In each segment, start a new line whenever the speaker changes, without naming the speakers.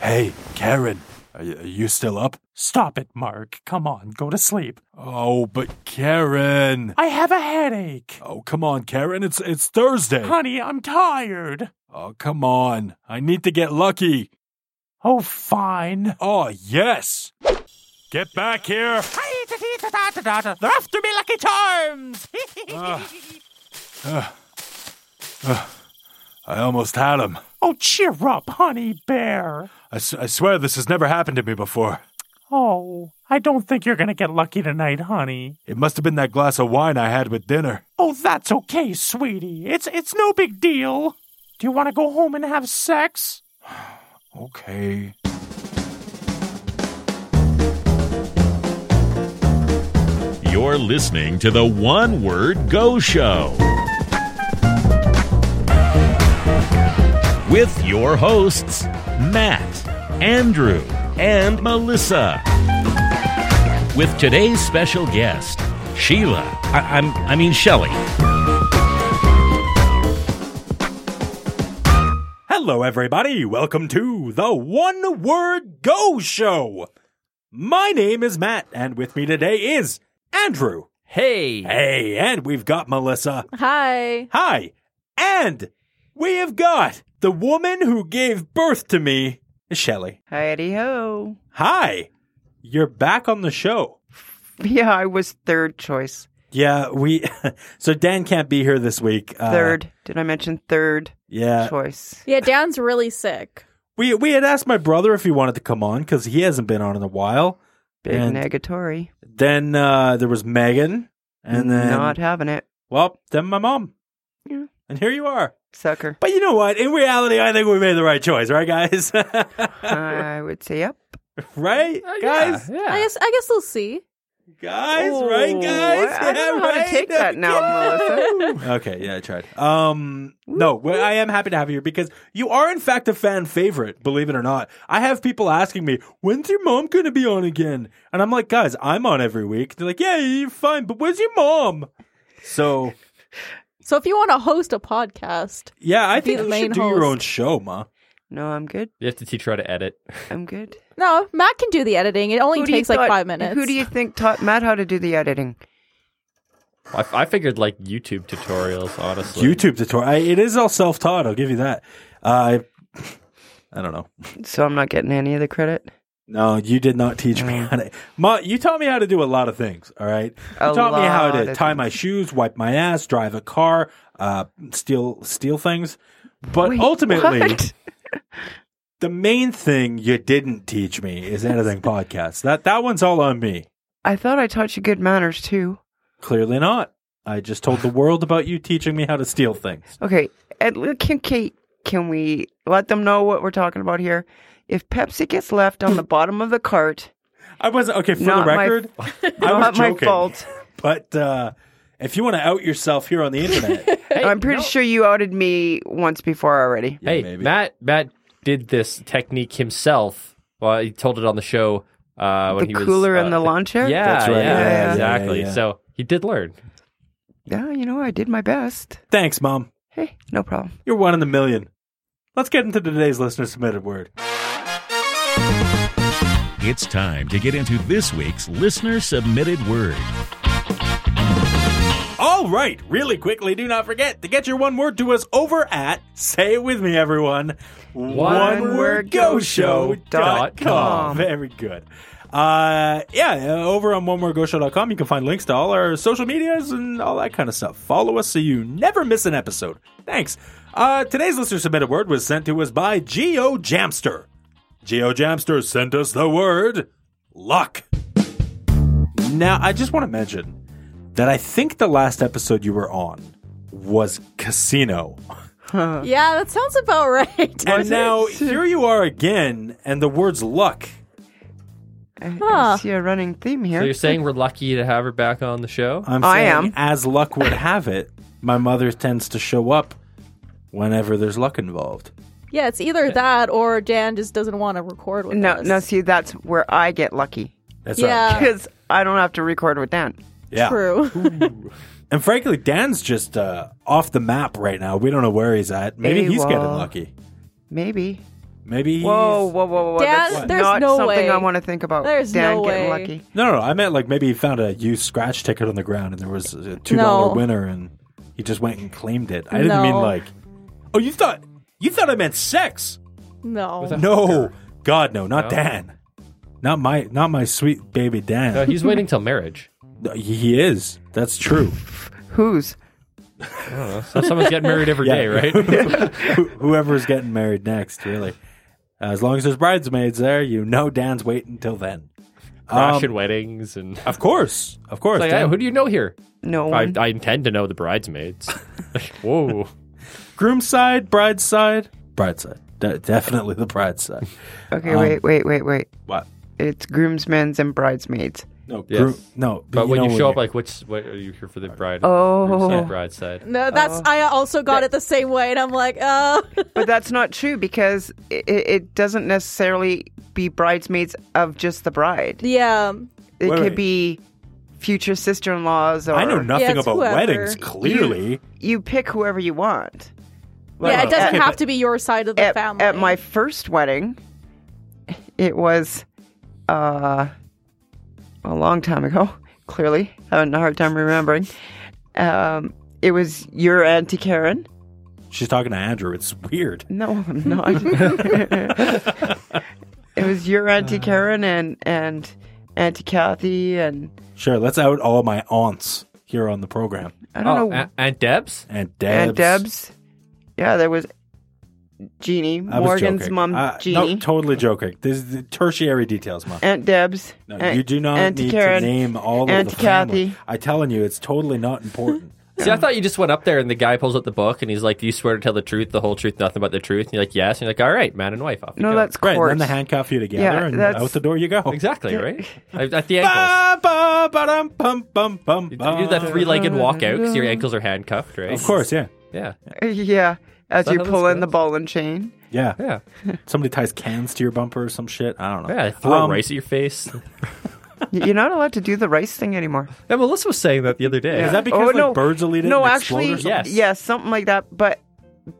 Hey, Karen, are y- are you still up?
Stop it, Mark. Come on, go to sleep.
Oh, but Karen.
I have a headache.
Oh, come on, Karen. It's it's Thursday.
Honey, I'm tired.
Oh, come on. I need to get lucky.
Oh, fine.
Oh, yes. Get back here.
They're after me, Lucky Charms.
I almost had him.
oh, cheer up, honey bear.
I, s- I swear this has never happened to me before.
Oh, I don't think you're going to get lucky tonight, honey.
It must have been that glass of wine I had with dinner.
Oh, that's okay, sweetie. It's it's no big deal. Do you want to go home and have sex?
Okay.
You're listening to the One Word Go Show with your hosts, Matt, Andrew, and Melissa. With today's special guest, Sheila. I, am I mean, Shelly.
Hello, everybody. Welcome to the One Word Go Show. My name is Matt, and with me today is Andrew.
Uh,
Hey.
Hey, and we've got Melissa.
Hi.
Hi. And we have got the woman who gave birth to me, Shelly.
Heidi ho.
Hi. You're back on the show.
Yeah, I was third choice.
Yeah, we. so Dan can't be here this week. Uh,
Third. Did I mention third
Yeah.
choice?
Yeah, Dan's really sick.
We we had asked my brother if he wanted to come on because he hasn't been on in a while.
Big
And-
negatory.
Then uh, there was Megan, and then
not having it.
well, then my mom.
Yeah.
And here you are.
Sucker.
But you know what? In reality, I think we made the right choice, right, guys?
I would say yep.
right,
Uh,
guys,
I guess I guess we'll see.
guys, right,
Ooh,
guys.
I, I
Yeah,
don't know how
right? uh,
to take that now, Melissa.
okay, yeah, I tried. Um, no, well, I am happy to have you here because you are, in fact, a fan favorite, believe it or not. I have people asking me, when's your mom going to be on again? And I'm like, guys, I'm on every week. They're like, yeah, you're fine, but where's your mom? So,
So if you want to host a podcast,
yeah, I
Be
think
the
you should
main
do your
host.
own show, Ma.
No, I'm good.
You have to teach her how to edit.
I'm good.
no, Matt can do the editing. It only
Who do you
takes like
thought-
five minutes.
Who do you think taught Matt how to do the editing?
I, I figured like YouTube tutorials, honestly.
YouTube tutorial. I, it is all self taught, I'll give you that. Uh, I, I don't know.
So I'm not getting any of the credit.
No, you did not teach me how to. Ma, you taught me how to do a lot of things. All right, you
A
taught me how to
lot of
tie my shoes, wipe my ass, drive a car, uh, steal steal things. But
Wait,
ultimately,
what?
the main thing you didn't teach me is anything podcasts. That that one's all on me.
I thought I taught you good manners too.
Clearly not. I just told the world about you teaching me how to steal things.
Okay, at, can, can can we let them know what we're talking about here? If Pepsi gets left on the bottom of the cart,
I wasn't okay for
Not
the
my-
record. I was
not my
joking.
fault.
But uh, if you want to out yourself here on the internet,
Hey,
I'm pretty
no-
sure you outed me once before already.
Yeah,
hey,
maybe.
Matt Matt did this technique himself. Well, he told it on the show uh, when
the
he was
cooler
uh,
and the lawn chair.
Yeah,
That's right.
yeah,
Yeah, yeah,
exactly.
yeah, yeah.
So he did learn.
Yeah, you know I did my best.
thanks, mom.
Hey, no problem.
You're one in a million. Let's get into today's listener submitted word.
It's time to get into this week's listener submitted word.
All right, really quickly, do not forget to get your one word to us over at, say it with me, everyone, onewordgoshow.com.
com.
Very good. Uh, yeah, uh, over on onewordgoshow.com, you can find links to all our social medias and all that kind of stuff. Follow us so you never miss an episode. Thanks. Uh, today's listener submitted word was sent to us by Geo Jamster. Geo Jamster sent us the word luck. Now, I just want to mention that I think the last episode you were on was Casino.
yeah, that sounds about right.
and now here you are again, and the word's luck.
I, I
Huh.
see a running theme
So you're
here. Oh.
saying we're lucky to have her back on the show?
I'm
I
saying,
am.
as luck would have it, my mother tends to show up whenever there's luck involved.
yeah, it's either that or Dan just doesn't want to record with
no,
us.
no. See, that's where I get lucky
That's
Yeah.
right.
because I don't have to record with Dan.
Yeah.
true.
And frankly, Dan's just uh, off the map right now. We don't know where he's at. Maybe he's getting
AWOL.
lucky.
Maybe
Maybe he's...
Whoa, whoa, whoa, whoa! whoa.
Dad,
That's
there's
not
no
something
way.
I want to think about.
There's
Dan
no way.
getting lucky.
No, no, no, I meant like maybe he found a used scratch ticket on the ground and there was a two dollar
No.
winner and he just went and claimed it. I didn't
No.
mean like. Oh, you thought you thought I meant sex?
No.
No, God, no, not
No.
Dan, not my, not my sweet baby Dan.
No, he's waiting till marriage.
No, he is. That's true.
Who's?
So someone's getting married every
Yeah. Um,
day, right?
Wh- Whoever's getting married next, really. As long as there's bridesmaids there, you know Dan's waiting till then.
Russian weddings and
Of course, of course.
like,
Dan-
hey, who do you know here?
No
I,
one.
I intend to know the bridesmaids. Whoa.
groom's side, bride's side, bride's side. De- definitely the bride's side.
okay,
Um,
wait, wait, wait, wait.
What?
It's groomsmen and bridesmaids.
No,
Yes.
groom, no.
But when
know
you show up,
you're-
like, which what are you here for the bride?
Oh.
side, bride side.
No, that's I also got it the same way, and I'm like, uh,
But that's not true because it, it doesn't necessarily be bridesmaids of just the bride.
yeah,
It
Wait,
could
wait.
be future sister-in-laws or
I know nothing
it's
about
whoever.
weddings.
You-
Clearly,
you pick whoever you want.
yeah. It
Okay,
doesn't have
but-
to be your side of the
at,
family.
at my first wedding, it was uh, a long time ago. Clearly, having a hard time remembering. Um, it was your auntie Karen.
she's talking to Andrew. It's weird.
No, I'm not. it was your auntie Karen and and auntie Kathy and
Sure, let's out all my aunts here on the program
I don't know
Oh, Aunt, Aunt Deb's?
and Debs.
Aunt Debs. Yeah, there was Jeannie
I was
Morgan's
joking.
mom,
Uh,
Jeannie.
No, totally joking. This is the tertiary details, mom.
Aunt Debs.
No,
Aunt-
you do not
Auntie
need
Karen,
to name all
Aunt
of the family.
Kathy.
I'm telling you, it's totally not important.
See, I thought you just went up there and the guy pulls up the book and he's like, Do you swear to tell the truth, the whole truth, nothing but the truth? And you're like, Yes. And you're like, All right, man and wife. Off you
No,
go."
that's
right,
course.
then they handcuff you together
Yeah,
and
that's-
out the door you go.
Exactly, right? At at the
Ba,
ankles.
ba, ba, dum, bum, bum, bum,
You
bum.
do that three legged walk out because your ankles are handcuffed, right?
Of course, yeah.
Yeah.
Yeah, as
that
you
how this
pull in the
goes?
ball and chain.
Yeah.
Yeah.
Somebody ties cans to your bumper or some shit. I don't know.
Yeah. Throw
Um,
rice at your face.
Y- You're not allowed to do the rice thing anymore.
Yeah, Melissa was saying that the other day.
Is that because
Oh,
like
no.
birds will eat it?
no,
and explode
actually,
or something?
yeah.
yes.
Yes.
something like that. But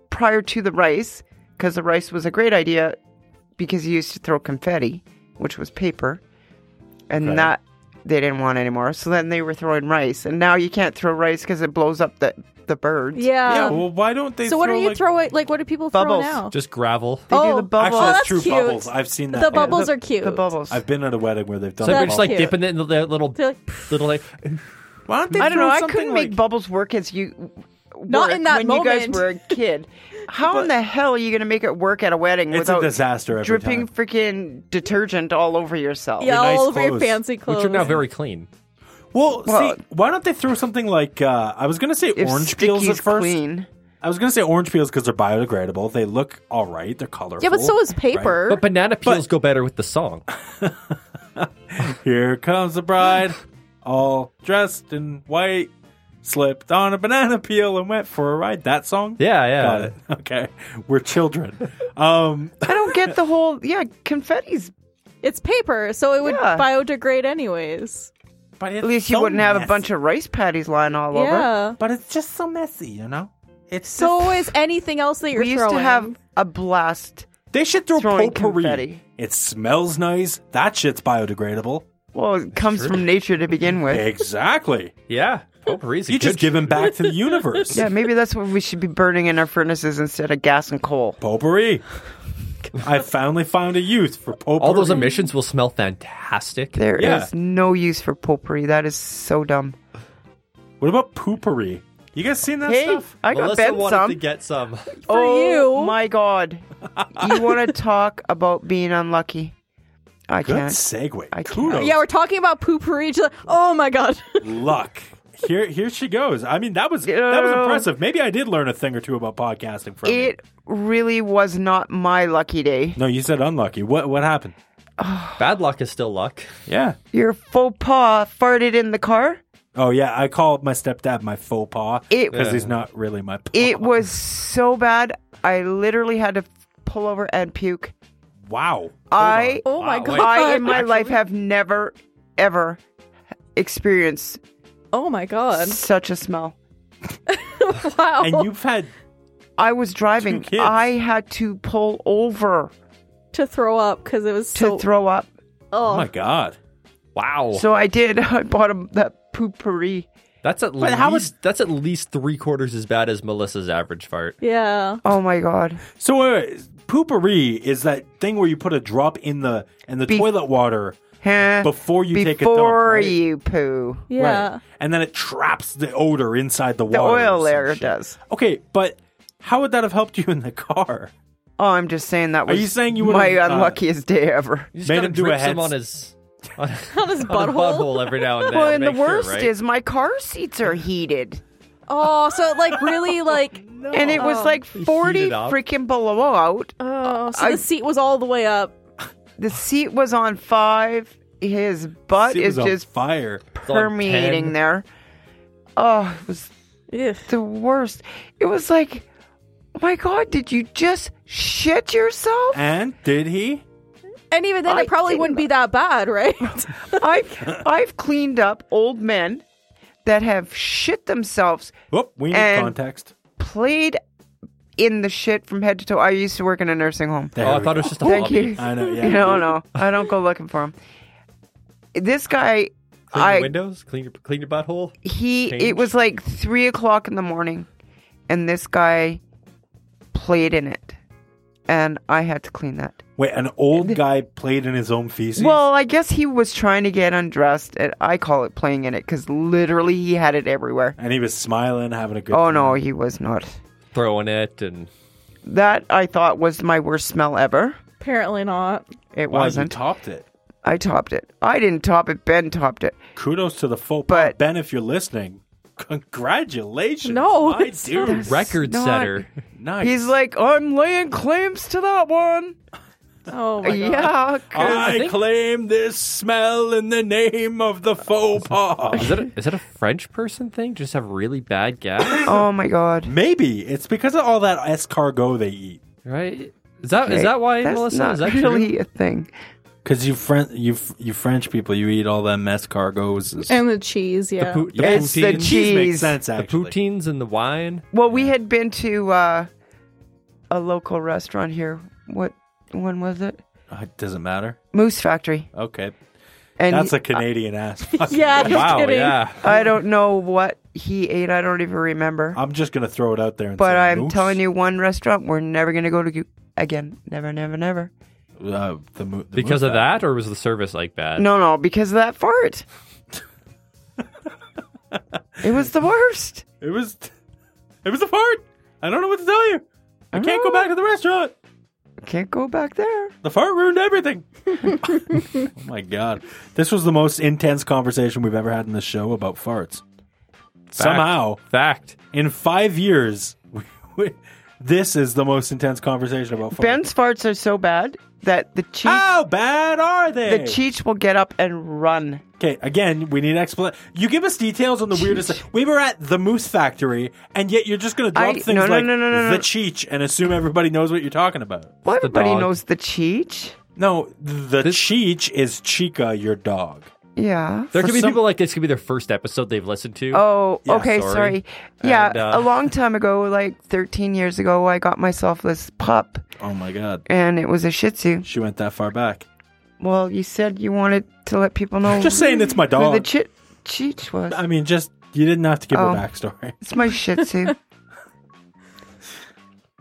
prior to the rice, because the rice was a great idea, because you used to throw confetti, which was paper, and
Okay.
that they didn't want anymore. So then they were throwing rice, and now you can't throw rice because it blows up the the birds.
yeah.
Yeah, well, why don't they?
so what
throw,
are you
like,
throwing? Like, what do people
Bubbles.
throw now?
Just gravel.
They do
Oh.
the bubbles.
Actually,
Oh,
that's
that's
true.
cute.
Bubbles. I've seen that.
The
yeah.
Yeah,
bubbles
the-
are cute.
The bubbles.
I've been at a wedding where they've done.
So they're
That's
just like
cute.
dipping it in the little,
They're like,
little like,
Why don't they
I don't know.
throw
I
something
couldn't
like,
make bubbles work as you.
Not
work
in that
when you guys
moment.
were a kid. How in the hell are you going to make it work at a wedding
It's a
without
disaster every
dripping
time.
freaking detergent all over yourself?
yeah,
nice
all over your
clothes.
fancy clothes.
which are now very clean.
Well,
Well-
see, why don't they throw something like uh, I was gonna say
If
orange peels at
Sticky's
first.
clean.
I was gonna say orange peels because they're biodegradable. They look all right. They're colorful.
yeah, but so is
right?
paper.
But banana peels go better with the song.
Here comes the bride, all dressed in white, slipped on a banana peel and went for a ride. That song.
Yeah, yeah.
Got it. Okay, we're children. Um,
I don't get the whole. Yeah, confetti's.
It's paper, so it would
Yeah.
biodegrade anyways.
but
At least you wouldn't have a bunch of rice patties lying all over.
Yeah.
But it's just so messy, you know. It's
So is anything else that you're
We used
throwing.
to have a blast.
they should throw
throwing
potpourri.
confetti.
It smells nice. That shit's biodegradable.
Well, it comes from nature to begin with.
Exactly.
Yeah. Potpourri's a
you
Oh, good
just give them back to the universe.
Yeah, maybe that's what we should be burning in our furnaces instead of gas and coal.
Potpourri. I finally found a use for potpourri.
All those emissions will smell fantastic.
There is
Yeah.
no use for potpourri. That is so dumb.
What about poopery? You guys seen that
Hey,
stuff?
I got Ben some.
get some.
for
oh
you.
my god! You want to talk about being unlucky? I
Good
can't.
segue.
I can't.
Kudos.
Yeah, we're talking about poopery. Just, oh my god.
Luck. Here, here she goes. I mean, that was that was
Yeah.
impressive. Maybe I did learn a thing or two about podcasting from you.
It really was not my lucky day.
No, you said unlucky. What what happened?
Bad luck is still luck.
Yeah.
Your faux pas farted in the car.
Oh yeah, I called my stepdad my faux pas
It-
because he's not really my. Pa.
It was so bad. I literally had to pull over and puke.
wow.
I,
Oh my
Wow,
god.
wait.
I in my life have never, ever experienced
oh my god.
such a smell.
Wow.
Oh.
And you've had
I was driving.
kids.
I had to pull over.
to throw up because it was
to
so.
throw up.
oh,
Oh my god.
Wow,
So I did. I bought him that poopery.
that's at
But
least
how
that's at least three quarters as bad as Melissa's average fart.
yeah.
Oh my god!
So uh, poopery is that thing where you put a drop in the in the
Be-
toilet water
Huh.
before you take a dump.
Before
right?
you poo,
Yeah.
Right. And then it traps the odor inside the,
the
water. or
oil
some
layer
shit.
does.
Okay, but how would that have helped you in the car?
Oh, I'm just saying that
Are
was.
you saying you
my
would've, uh,
unluckiest day ever?
You just
Made
gotta
him do a
drip some
heads-
on his on,
On his
on a
butthole.
butthole every now and then.
Well,
to
and the
make sure,
worst
right?
is my car seats are heated,
Oh, so it like really like.
and it was
Oh.
like 40
Heated up.
freaking below out.
Oh, so
I-
the seat was all the way up.
The seat was on five. His butt
It
is
was on
Uh, just
fire.
on
permeating
10.
there. Oh, it was
Ugh.
the worst. It was like, oh my God, did you just shit yourself?
And did he?
And even then,
I
it probably
didn't-
wouldn't be that bad, right?
I've I've cleaned up old men that have shit themselves,
Whoop, we need
And-
context.
played in the shit from head to toe. I used to work in a nursing home.
There
Oh, I
we
thought it
go.
was just a
Thank
hobby.
you.
I know, yeah.
You know, no, I don't go looking for him. This guy,
Clean
I
your windows, clean your clean your butthole.
he
Change.
it was like three o'clock in the morning and this guy played in it and i had to clean that
Wait, an old guy played in his own feces?
well i guess he was trying to get undressed and i call it playing in it because literally he had it everywhere
and he was smiling, having a good
oh
time.
no he was not
Throwing it and
that i thought was my worst smell ever
Apparently not.
it
Wow, you
wasn't
topped it.
i topped it i didn't top it ben topped it
Kudos to the faux pas.
But-
ben, if you're listening, congratulations.
No,
my
it's
dude.
not-
record
not-
setter.
Nice.
he's like i'm laying claims to that one
Oh my god.
yeah 'cause-
I, claim this smell in the name of the faux
Is
pas.
that a, is that a French person thing? Just have really bad gas,
oh my god
Maybe it's because of all that escargot they eat.
right? Is that is that why
that's
Melissa?
not
is that
really
true?
a thing
Because you French, you f- you French people, you eat all them escargots.
And the cheese, yeah.
Poo- the
It's the
poutine.
cheese makes
Jeez.
sense.
the
Actually,
poutines and the wine.
Well, we had been to uh, a local restaurant here. What when was it?
Uh, it doesn't matter.
Moose Factory.
Okay,
And
that's a Canadian ass. Fucking-
yeah, no
Wow,
kidding.
yeah.
I don't know what he ate. I don't even remember.
I'm just gonna throw it out there. And
but I'm telling you, one restaurant we're never gonna go to gu- again. Never, never, never.
you, uh, the, mo- the
Because of
moose-
that, or was the service like bad?
No, no, because of that fart. it was the worst.
it was, it was a fart. I don't know what to tell you. I can't go back to the restaurant.
Ah, Can't go back there.
The fart ruined everything. oh my god. This was the most intense conversation we've ever had in the show about farts. Somehow,
Fact.
in five years, we, we, this is the most intense conversation about farts.
Ben's farts are so bad that the cheech,
How bad are
the
they?
cheech will get up and run.
okay, again, we need explanation. You give us details on the weirdest. We were at the Moose Factory, and yet you're just going to drop
I-
things
no, no,
like
no, no, no, no.
the Cheech and assume everybody knows what you're talking about.
Well,
the
everybody
dog.
knows the cheech.
No, the
This-
Cheech is Chica, your dog.
Yeah.
There
For
could be
some-
people like this. Could be their first episode they've listened to.
Oh,
Yeah,
okay,
sorry.
sorry. Yeah,
And, uh,
a long time ago, like 13 years ago, I got myself this pup,
Oh my god.
and it was a Shih Tzu.
She went that far back.
Well, you said you wanted to let people know
Just saying it's my
who the
dog.
chi- Cheech was.
I mean, just you didn't have to give
Oh.
her backstory.
It's my Shih Tzu.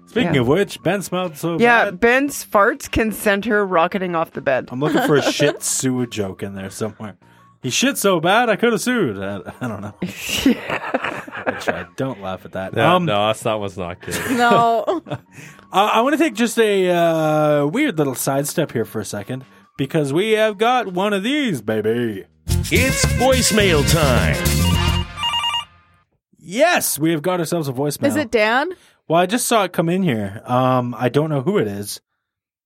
Speaking
Yeah.
of which, Ben smelled so
yeah,
bad. Um,
Ben's farts can send her rocketing off the bed.
I'm looking for a shit sue joke in there somewhere. He shit so bad I could have sued. I, I don't know. I tried. Don't laugh at that.
No,
um,
no, that's not what's not good.
No.
I, I want to take just a uh, weird little sidestep here for a second because we have got one of these, baby.
It's voicemail time.
Yes, we have got ourselves a voicemail.
Is it Dan?
Well, I just saw it come in here. Um, I don't know who it is,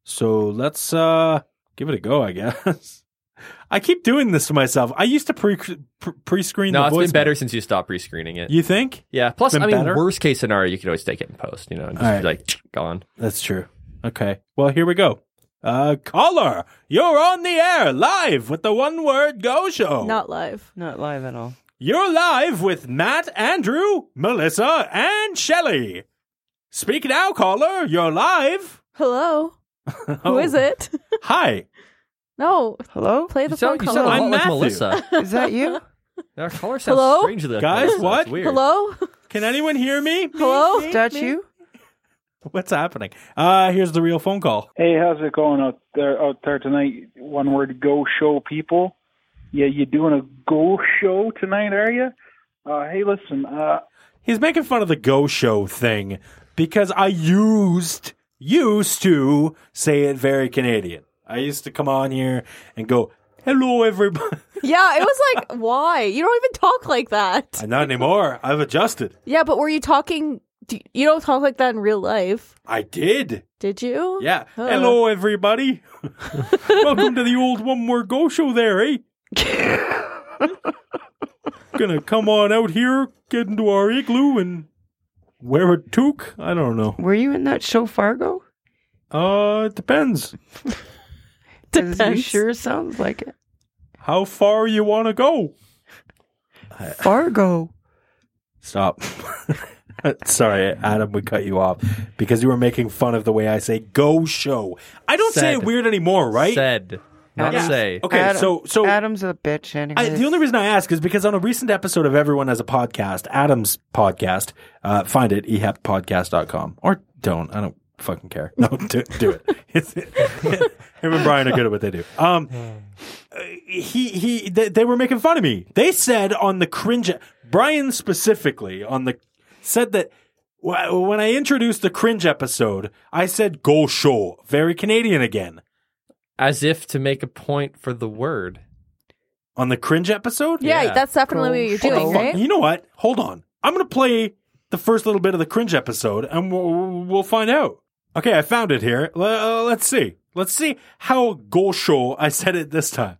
so let's uh give it a go. I guess. I keep doing this to myself. I used to pre pre screen.
No,
the
it's
voice
been better since you stopped pre-screening it.
You think?
yeah. Plus, I
been
mean,
better?
worst case scenario, you could always take it in post. You know, and just
All
be like gone.
That's true. Okay. Well, here we go. Uh, caller, you're on the air live with the One Word Go Show.
Not live.
Not live at all.
You're live with Matt, Andrew, Melissa, and Shelley. Speak now, caller. You're live.
Hello. Who
Oh.
is it?
Hi.
No,
Hello?
play the
you sound,
phone
you sound
call.
a
I'm
lot like
Matthew.
Melissa.
Is that you?
Our caller sounds
Hello?
strangely like
Guys,
Melissa.
what?
It's weird.
Hello?
Can anyone hear me?
Hello?
Is that you?
What's happening? Uh, here's the real phone call.
Hey, how's it going out there out there tonight? One word go show people. Yeah, you doing a go show tonight, are you? Uh, hey, listen, uh,
He's making fun of the Go Show thing because I used used to say it very Canadian. I used to come on here and go, "Hello, everybody."
Yeah, it was like, why? You don't even talk like that.
Not anymore. I've adjusted.
Yeah, but were you talking? Do you don't talk like that in real life,
I did.
did you?
Yeah.
Oh.
Hello, everybody. Welcome to the old One More Go Show there, eh? Gonna come on out here, get into our igloo and wear a toque? I don't know.
Were you in that show Fargo?
Uh, it depends
Because you
Depends.
sure sounds like it.
how far you want to go.
Fargo.
Stop. Sorry, Adam, we cut you off because you were making fun of the way I say go show. I don't say
Said.
it weird anymore, right?
Said. Not
Yeah.
say.
Okay,
Adam-
so so
Adam's a bitch anyway.
I, the only reason I ask is because on a recent episode of Everyone Has a Podcast, Adam's podcast, uh, find it, ehappodcast.com. Or don't. I don't fucking care. No, do, do it. It's- Him and Brian are good at what they do. Um, uh, he, he, they, they were making fun of me. They said on the cringe, Brian specifically on the, said that wh- when I introduced the cringe episode, I said go show, very Canadian again.
As if to make a point for the word.
On the cringe episode?
Yeah,
Yeah.
that's definitely what you're
What the
doing,
fuck?
right?
You know what? Hold on. I'm going to play the first little bit of the cringe episode and we'll, we'll find out. Okay, I found it here. L- uh, let's see. Let's see how gosho I said it this time.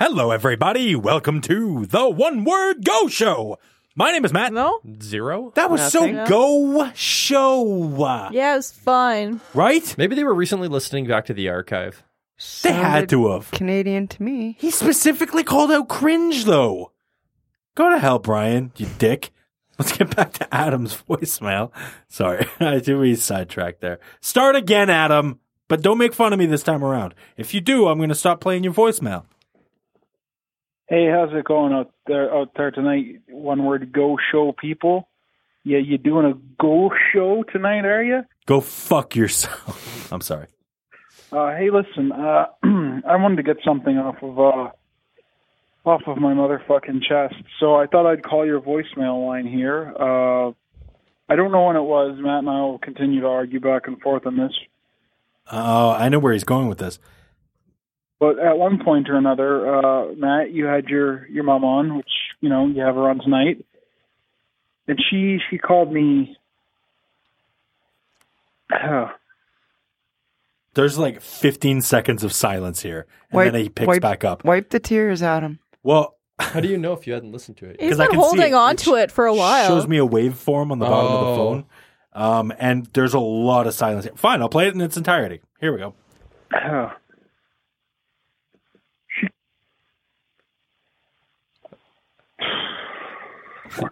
Hello, everybody. Welcome to the One Word Go Show. My name is Matt.
No?
Zero?
That was so
Nothing.
go show, uh,
Yeah, it was fun.
right?
Maybe they were recently listening back to the archive.
They had to uh, have.
Canadian to me.
He specifically called out cringe, though. Go to hell, Brian, you dick. Let's get back to Adam's voicemail. Sorry, I do we sidetracked there. Start again, Adam, but don't make fun of me this time around. If you do, I'm going to stop playing your voicemail.
hey, how's it going out there out there tonight? One word go show people. Yeah, you doing a go show tonight, are you?
Go fuck yourself. I'm sorry.
Uh, hey, listen, uh, I wanted to get something off of uh, off of my motherfucking chest, so I thought I'd call your voicemail line here. Uh, I don't know when it was. Matt and I will continue to argue back and forth on this,
Oh, I know where he's going with this.
but at one point or another, uh, Matt, you had your your mom on, which you know you have her on tonight, and she she called me.
There's like 15 seconds of silence here, and then he picks
wipe-
back up.
Wipe the tears, Adam.
Well,
How do you know if you hadn't listened to it?
He's
'Cause I
been
can see
holding
it.
on
It
to it for a while.
Shows me a waveform on the bottom of the
Oh.
phone. Um, and there's a lot of silence. Fine, I'll play it in its entirety. Here we go.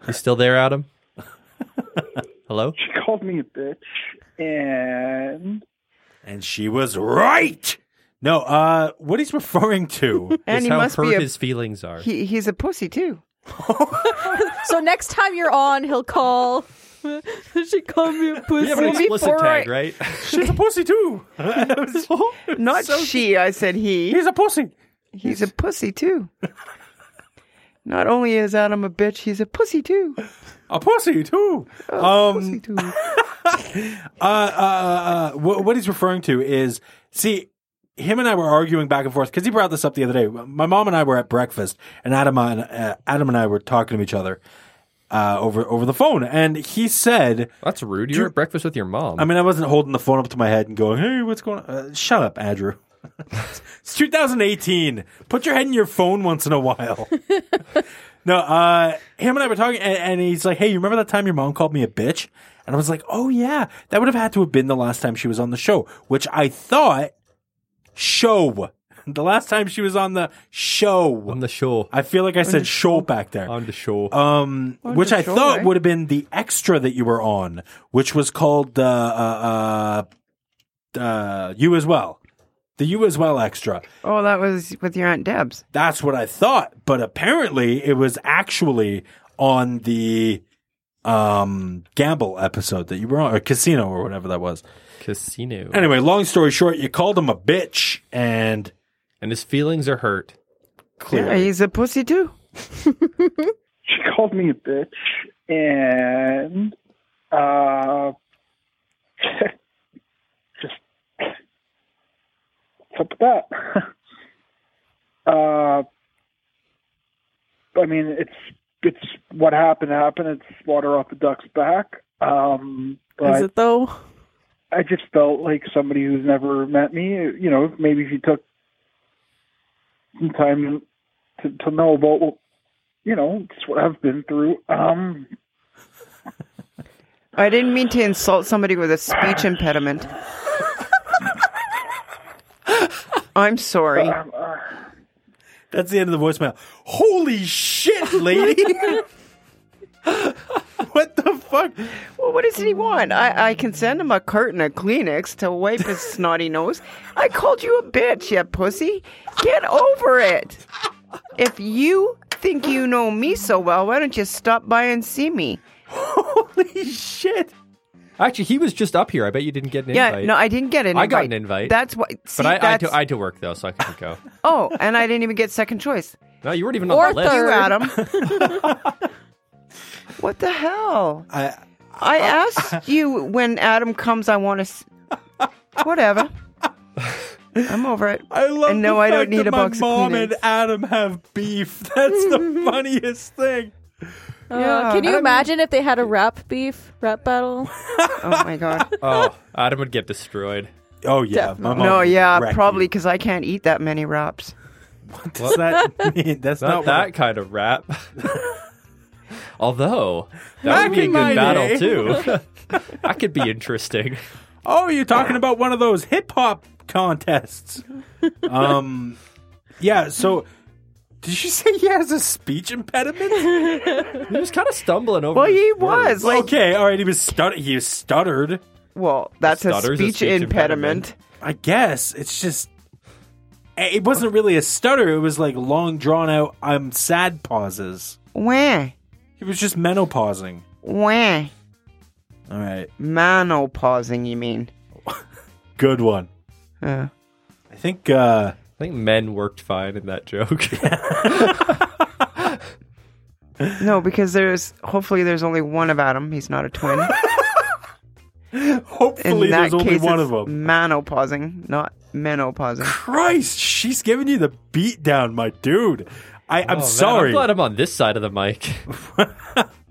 You still there, Adam? Hello?
she called me a bitch, and
And she was right. No, uh, what he's referring to.
And
Is
he
how
must
hurt
be a
his feelings are.
he, he's a pussy too.
So next time you're on, he'll call. she called me a pussy.
We have an explicit
before
tag,
I-
right?
She's a pussy too.
Not she, I said he.
he's a pussy.
He's a pussy too. Not only is Adam a bitch, he's a pussy too.
A pussy too. Um,
Pussy too.
uh, uh, uh, what, what he's referring to is see him and I were arguing back and forth because he brought this up the other day. My mom and I were at breakfast, and Adam and uh, Adam and I were talking to each other uh, over over the phone, and he said.
That's rude. You were at breakfast with your mom.
I mean, I wasn't holding the phone up to my head and going, "Hey, what's going on?" Uh, shut up, Andrew. it's 2018. Put your head in your phone once in a while. no, uh, him and I were talking, and, and he's like, "Hey, you remember that time your mom called me a bitch?" And I was like, "Oh yeah, that would have had to have been the last time she was on the show," which I thought show. The last time she was on the show.
on the show.
I feel like I said show back there.
On the show.
Um, which
the
I
show,
thought
eh?
would have been the extra that you were on, which was called uh, uh, uh, uh, you as well. The you as well extra.
Oh, that was with your aunt Deb's.
That's what I thought, but apparently it was actually on the um gamble episode that you were on or casino or whatever that was.
Casino.
Anyway, long story short, you called him a bitch and
And his feelings are hurt.
Yeah, he's a pussy too.
she called me a bitch and uh just what's up with that uh i mean it's it's what happened happened it's water off the duck's back um but
Is it though?
I just felt like somebody who's never met me, you know, maybe if you took some time to, to know about, well, you know, just what I've been through. Um,
I didn't mean to insult somebody with a speech impediment. I'm sorry.
That's the end of the voicemail. Holy shit, lady! what the fuck?
Well, what does he want? I, I can send him a carton of Kleenex to wipe his snotty nose. I called you a bitch, you pussy. Get over it. If you think you know me so well, why don't you stop by and see me?
Holy shit!
Actually, he was just up here. I bet you didn't get an
Yeah,
invite.
no, I didn't get an invite.
I got an invite.
That's why. See,
but I, I, had
that's,
to, I had to work though, so I couldn't go.
oh, and I didn't even get second choice.
No, you weren't even
Or
on the list.
third.
You, Adam. what the hell?
I,
I asked you when Adam comes, I want to. S- Whatever. I'm over it.
I love
And no,
the
I
fact
don't need
that
a
my
box of
mom
Kleenex.
and Adam have beef. That's the funniest thing.
Uh,
Yeah.
can
I
you
don't
imagine if they had a rap beef, rap battle?
Oh my god.
Uh-huh.
Oh, Adam would get destroyed.
Oh yeah, my mom
No,
would
yeah,
wreck
probably
you.
because I can't eat that many wraps.
Does that mean that's
Not
not,
that
What,
kind of rap. Although
Back
that would be a
in
good
my
battle
day.
too. that could be interesting.
oh, you're talking about one of those hip hop contests. Um, yeah. So, did you say he has a speech impediment?
He was kind of stumbling
Oh,
over.
Well,
his
he
words.
was like,
okay, all right. He was stutter. He stuttered.
well, that's a
Stutter's a
speech,
speech
impediment.
impediment.
I guess it's just eh, it wasn't really a stutter. It was like long drawn out. I'm sad pauses.
Wah,
He was just menopausing.
wah.
All right,
Manopausing, you mean?
good one.
Uh,
I think uh
I think men worked fine in that joke. Oh,
no, because there's hopefully there's only one of Adam. He's not a twin. In
hopefully
that
there's only
case,
one of
it's
them.
manopausing, not menopausing.
Christ, she's giving you the beat down, my dude. I, I'm
Oh, man,
sorry.
I'm glad I'm on this side of the mic.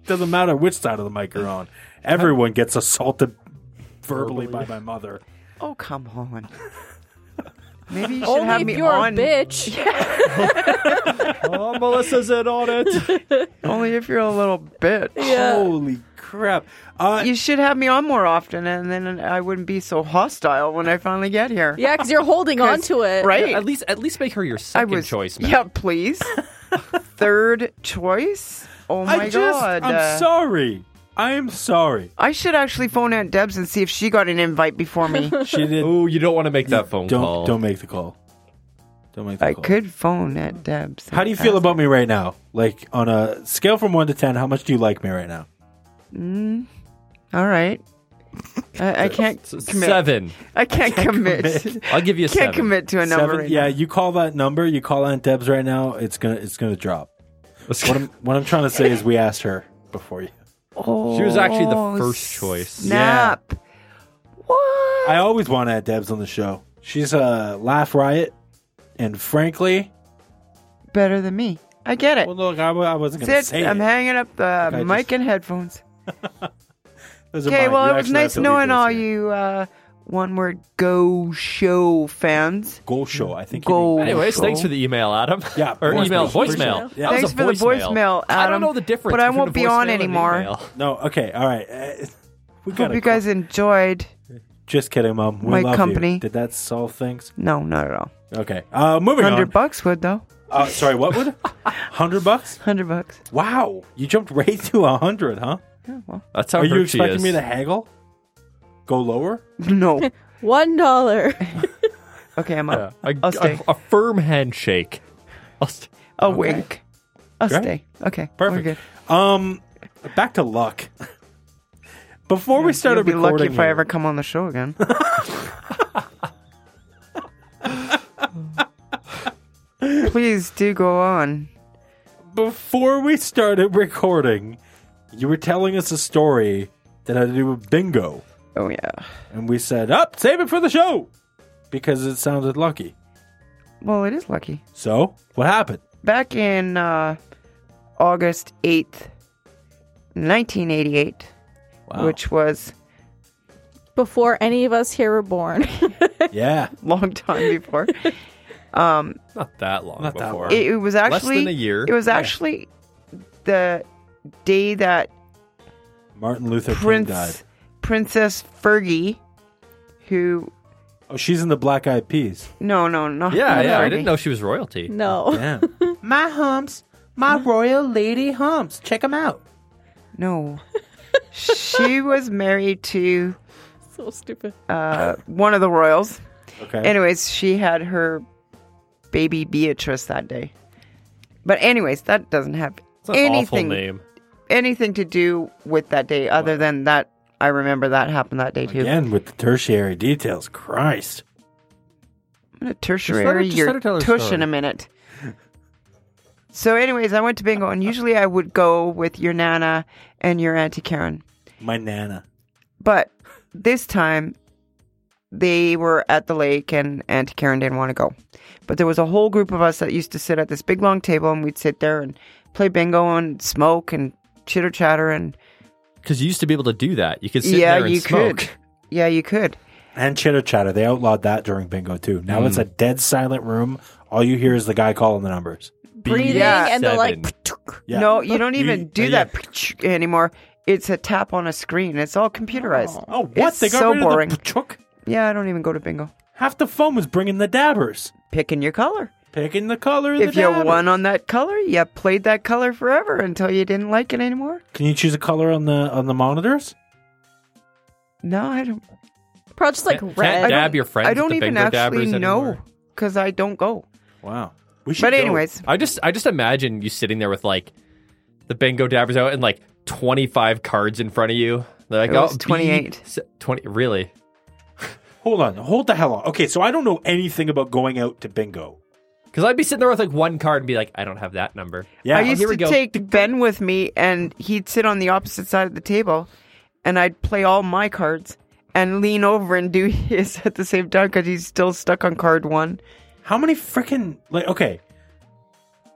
Doesn't matter which side of the mic you're on. Everyone gets assaulted verbally by my mother.
Oh come on. Maybe you should
Only
have
if
me
you're
on.
a bitch.
oh, Melissa's in on it.
Only if you're a little bitch.
Holy crap. Uh,
You should have me on more often, and then I wouldn't be so hostile when I finally get here.
Yeah, because you're holding on to it.
Right?
At least, at least make her your
I
second
was
choice, man.
Yeah, please. Third choice. Oh my
I just,
god.
I'm
Uh,
sorry. I am sorry.
I should actually phone Aunt Debs and see if she got an invite before me.
She did.
Oh, you don't want to make that phone
don't
call.
don't make the call. Don't make the
I
call.
could phone Aunt Debs.
How do you feel about me right now? Like on a scale from one to ten, how much do you like me right now?
All right. I, I can't
S-
commit.
Seven.
I can't, commit.
I'll give you a
can't
seven.
commit to a number.
Seven.
right
yeah,
now.
you call that number. You call Aunt Debs right now. It's gonna it's gonna drop. What I'm what I'm trying to say is we asked her before you.
Oh,
She was actually the first choice.
Snap. What?
I always want Aunt Debs on the show. She's a laugh riot, and frankly,
Better than me. I get it.
well, look, I, wa- I wasn't gonna
That's
say
it. I'm
it.
hanging up the
Like I
mic
just-
and headphones.
Those are
Okay,
mine.
well,
You
it was
actually have
nice
to leave
knowing
those
all
here.
you uh, one word go show fans.
Goal show. I think you
Go.
mean-
Anyways,
show.
thanks for the email, Adam.
Yeah,
or
voicemail.
email
Voicemail.
voicemail.
Yeah.
That
Thanks
was a
for the voicemail,
I don't
Adam,
know the difference.
but I
between
won't
a
be on
voicemail and an
anymore.
email.
No. Okay. All right. Uh, we got
Hope you guys enjoyed.
Just kidding, mom. We
My
love you.
company.
Did that solve things?
No, not at all.
Okay. Uh, moving on.
Hundred bucks would though.
Uh, sorry, what would? Hundred bucks?
Hundred bucks.
Wow, you jumped right to a hundred, huh?
Yeah, well,
That's how
Are you
hurt she
expecting
is.
me to haggle? Go lower?
no.
One dollar.
Okay, I'm up.
A,
I'll stay.
a- a firm handshake. I'll st-
A wink. I'll
Great.
stay. Okay. We're good.
Perfect. Um, back to luck. Before we started
You'll be
recording,
lucky if I
here-
ever come on the show again. Please do go on.
before we started recording, you were telling us a story that had to do with bingo,
Oh yeah.
and we said, "Up, save it for the show," because it sounded lucky.
Well, it is lucky.
So, what happened?
Back in uh, August eighth, nineteen eighty-eight, which was
Before any of us here were born.
Yeah,
a long time before.
not that long
Not that
before.
long.
it, it was
than
actually
a year.
It was actually the day that
Martin Luther
Prince
King died.
Princess Fergie, who
Oh, she's in the Black Eyed Peas.
no no no
yeah,
not
yeah. I
Fergie.
didn't know she was royalty.
no.
Yeah, my humps, my royal lady humps. Check them out.
No. she was married to
So stupid.
uh, one of the royals.
Okay.
Anyways, she had her baby Beatrice that day. But anyways, that doesn't have
It's an
anything
awful name.
anything to do with that day other than that I remember that happened that day too.
Again with the tertiary details. Christ.
I'm gonna
let her-
tertiary
just
your
let her tell her
tush
story.
in a minute. So, anyways, I went to bingo, and usually I would go with your nana and your auntie Karen.
My nana.
But this time they were at the lake and Auntie Karen didn't want to go. But there was a whole group of us that used to sit at this big long table and we'd sit there and play bingo and smoke and chitter chatter and
Because you used to be able to do that. You could sit
yeah,
there and
you
smoke.
could. Yeah, you could.
And chitter chatter. They outlawed that during bingo too. Now it's a dead silent room. All you hear is the guy calling the numbers.
Breathing
Yeah.
and the like.
Seven.
Yeah.
No, you don't even
You-
do
yeah.
that anymore. It's a tap on a screen. It's all computerized.
Oh, what?
It's
they got
so
rid
boring.
of the chook?
Yeah, I don't even go to bingo.
Half the phone was bringing the dabbers,
Picking your color.
picking the color. Of
If
the
you
dabber.
won on that color, you played that color forever until you didn't like it anymore.
can you choose a color on the on the monitors?
No, I don't.
Probably just like
Can't-
red.
can't dab your friends
I don't
with the
even
bingo dabbers
actually know
anymore.
because I don't go.
Wow. We should
But
go.
anyways,
I just I just imagine you sitting there with like the bingo dabbers out and like 25 cards in front of you. They're like,
It was
oh, B-
28.
s- 20 really?
hold on, hold the hell on. Okay, so I don't know anything about going out to bingo.
Because I'd be sitting there with like one card and be like, I don't have that number.
Yeah,
I used
here we
to
go.
take Ben with me, and he'd sit on the opposite side of the table, and I'd play all my cards and lean over and do his at the same time because he's still stuck on card one.
How many freaking like? Okay,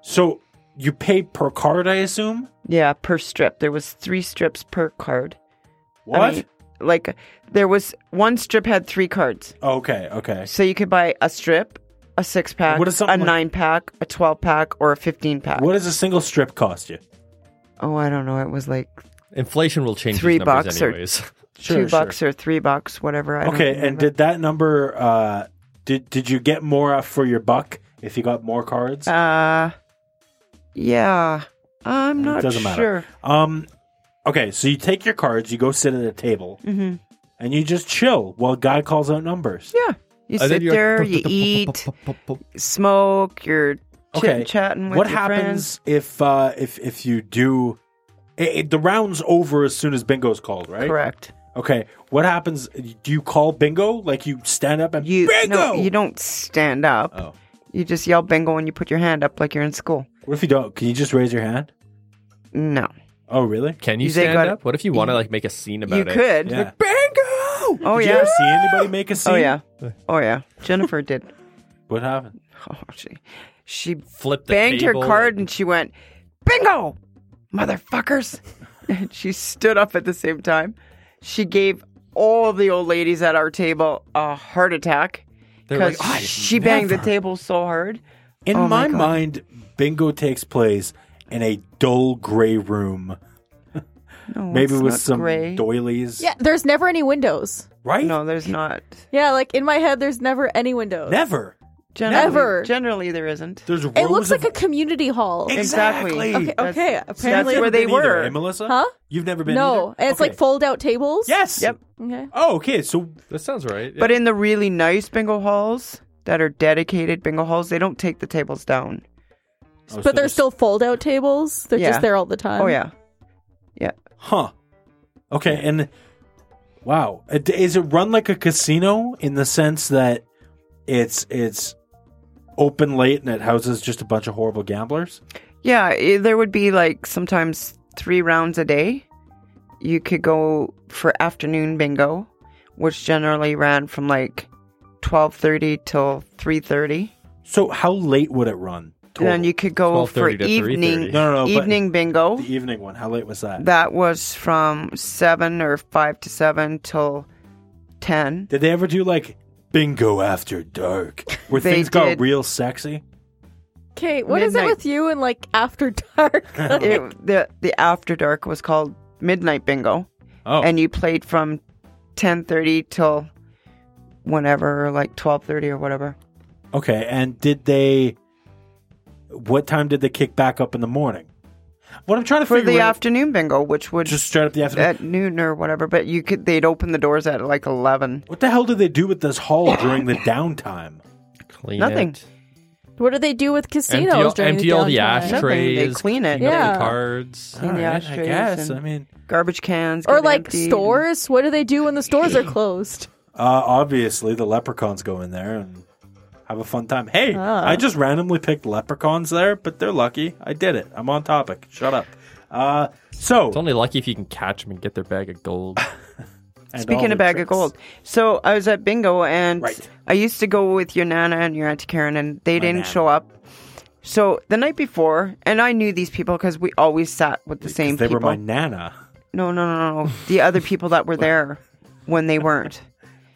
so you pay per card, I assume.
Yeah, per strip. There was three strips per card. I
What?
mean, like there was one strip had three cards,
okay, okay.
so you could buy a strip, a six pack,
What is
a
something like-
nine pack, a twelve pack, or a fifteen pack.
What does a single strip cost you?
Oh, I don't know. It was like
Inflation will change
Three
these numbers
bucks or-
anyways.
two bucks or three bucks, whatever. I don't
Okay,
remember.
and did that number? uh Did did you get more for your buck if you got more cards?
uh, yeah, I'm not
it doesn't
sure.
matter. Um, okay, so you take your cards, you go sit at a table,
Mm-hmm.
and you just chill while guy calls out numbers.
Yeah, you
And then
sit
you're
there,
like,
you eat, smoke, you're
Okay,
chit chatting with
what
your friends.
happens if uh if if you do? i i the round's over as soon as bingo's called, right?
Correct.
Okay, what happens? Do you call bingo? Like you stand up and
You
bingo?
no, you don't stand up.
Oh.
You just yell bingo and you put your hand up like you're in school.
What if you don't? Can you just raise your hand?
No,
Oh, really?
Can you
They
stand
got-
up? What if you want to like make a scene about
you
it?
could.
Yeah.
Bingo!
Oh
Did
yeah.
you ever see anybody make a scene?
Oh yeah. Oh yeah. Jennifer did.
What happened?
Oh, she she
Flip the
banged her
table
card
and-
and she went, Bingo! Motherfuckers! and she stood up at the same time. She gave all the old ladies at our table a heart attack
They're like,
because
"I
she banged the
never."
table so hard.
In
Oh
my,
my God.
mind, bingo takes place in a dull gray room,
No,
maybe
it's
with
not
some
gray.
doilies.
yeah, there's never any windows.
Right?
No, there's not.
Yeah, like in my head, there's never any windows.
Never.
Generally,
Never.
Generally, there isn't.
There's rows
It looks
of-
like a community hall.
Exactly.
Okay,
That's-
okay.
that's
Apparently,
You've
where
never
they
been either,
were.
eh, Melissa?
Huh?
You've never been?
no,
either?
it's like
Okay.
fold out tables.
Yes.
Yep.
Okay.
Oh, okay. So
That sounds right.
But in the really nice bingo halls that are dedicated bingo halls, they don't take the tables down.
Oh, so
But they're still fold out tables. They're
Yeah.
just there all the time.
oh yeah, yeah.
Huh. Okay, and wow, It- is it run like a casino in the sense that it's it's open late and it houses just a bunch of horrible gamblers?
Yeah, i there would be like sometimes three rounds a day. You could go for afternoon bingo, which generally ran from like twelve thirty till three thirty.
So how late would it run? total?
Then you could go for
12:30 to 3:30.
evening
No, no, no, but-
evening bingo.
the e- evening one. How late was that?
That was from seven or five to seven till ten.
Did they ever do like bingo after dark, where
They
things got
did.
real sexy?
Kate, what is it
Midnight.
with you and like after dark?
It, the the after dark was called midnight bingo,
Oh,
and you played from ten thirty till whenever, like twelve thirty or whatever.
okay. And did they? What time did they kick back up in the morning? What I'm trying to
for
figure
the
out,
afternoon bingo, which would
just straight up the afternoon.
at noon or whatever. But you could they'd open the doors at like eleven.
What the hell do they do with this hall during the downtime?
Clean
Nothing.
it.
what do they do with
Empty
casinos
all,
during
empty
the
all the
downtime?
ash- Nothing, they
ashtrays.
clean it.
up the
Yeah.
cards.
In the
Alright, I
ashtrays
guess.
and-
I mean,
Garbage cans
Or
get
like
emptied.
stores? What do they do when the stores are closed?
uh, obviously the leprechauns go in there and have a fun time. Hey,
Ah.
I just randomly picked leprechauns there, but they're lucky. I did it. I'm on topic. Shut up. Uh, so
It's only lucky if you can catch them and get their bag of gold.
and all
Speaking
the
of bag
tricks.
of gold, so I was at bingo and
Right.
I used to go with your nana and your auntie Karen, and they didn't
nana.
show up. So the night before, and I knew these people because we always sat with the
'Cause
same
They
people.
were my nana.
no, no, no, no. The other people that were there when they weren't,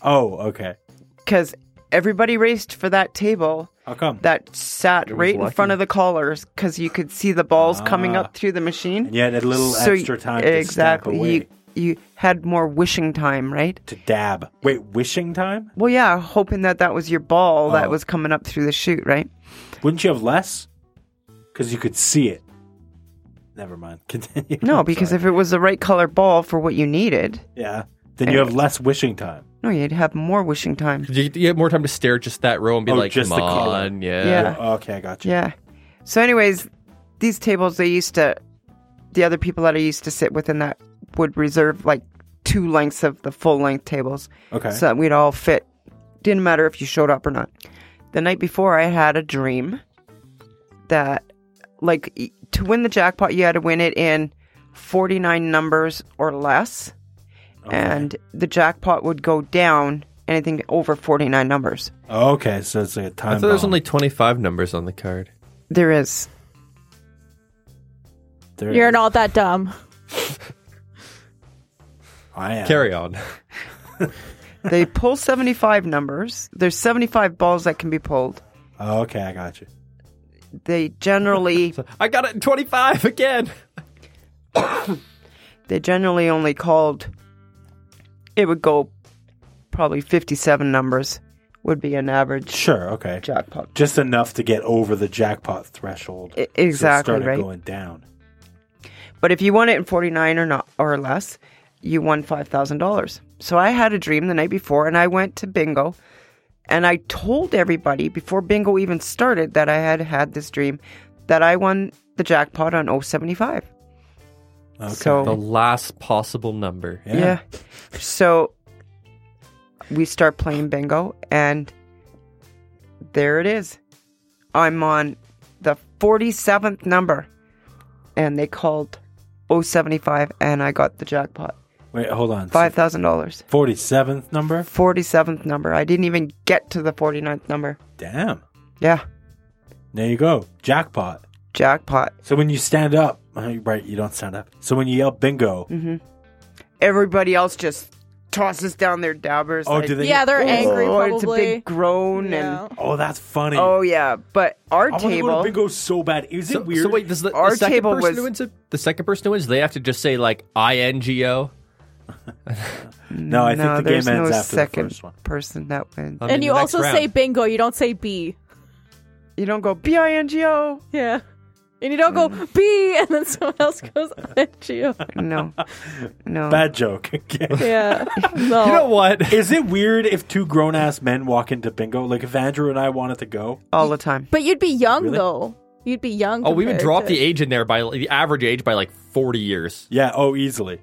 Oh, okay.
because everybody raced for that table.
How come?
that sat right in front of the callers because you could see the balls coming up through the machine.
Ah. and you had a little
So
extra
you-
time to stamp
exactly.
away
You you had more wishing time, right?
to dab. Wait, wishing time?
Well, yeah, hoping that that was your ball
Oh.
that was coming up through the chute, right?
Wouldn't you have less? Because you could see it. Never mind. Continue.
No,
I'm
because
Oh, sorry.
if it was the right color ball for what you needed,
yeah, then you have less wishing time.
no, you'd have more wishing time.
you, you have more time to stare at just that row and be
Oh,
like,
just
come
the color.
on, yeah.
Yeah.
Okay, I got you.
Ah. Yeah. So, anyways, these tables they used to, the other people that I used to sit with in that would reserve like two lengths of the full length tables.
Okay.
So that we'd all fit. Didn't matter if you showed up or not. The night before, I had a dream that, like, e- to win the jackpot, you had to win it in 49 numbers or less. And the jackpot would go down anything over 49 numbers.
Okay, so it's like a time.
I thought there was
bomb.
only 25 numbers on the card.
There is.
There
You're
is.
not that dumb.
I am.
Carry on.
They pull 75 numbers. There's 75 balls that can be pulled.
Oh, okay, I got you.
They generally
I got it in 25 again.
they generally only called it would go probably 57 numbers would be an average
Sure. Okay.
jackpot
Just enough to get over the jackpot threshold.
I-
So it
E- exactly
started
right
Going down.
but if you won it in 49 or not or less you won $5000 so i had a dream the night before and i went to bingo and i told everybody before bingo even started that i had had this dream that i won the jackpot on 075
Okay.
so
The last possible number.
yeah.
Yeah. So we start playing bingo, and there it is. I'm on the 47th number, and they called 075, and I got the jackpot
Wait, hold on.
$5,000.
Forty seventh number.
47th number. I didn't even get to the 49th number.
Damn.
Yeah,
There you go. Jackpot.
jackpot.
So when you stand up, oh, you're right? You don't stand up. So when you yell bingo,
Mm-hmm. Everybody else just tosses down their dabbers.
oh,
like,
do they?
Yeah, they're angry
"Oh,"
probably.
It's a big groan,
Yeah.
and
Oh, that's funny.
oh, yeah. But our
I want to go
table.
to bingo so bad. Is
So,
it weird?
so wait, does the, the
Our
second
table
person
was-
who wins it, the second person who wins, they have to just say like INGO?
no, Oh, I think the game
there's
ends
no
after
second
the first one.
person that wins.
I mean,
And you
the next
also
round.
say bingo. You don't say B.
You don't go B I N G O.
Yeah. And you don't go B and then someone else goes NGO.
No, no.
Bad joke. Okay.
Yeah. No.
You know what?
Is it weird if two grown ass men walk into bingo? Like if Andrew and I wanted to go,
All the time.
But you'd be young
Really?
though. You'd be young.
Oh, we would
compared
drop
to-
the age in there by the average age by like 40 years.
yeah, oh, easily.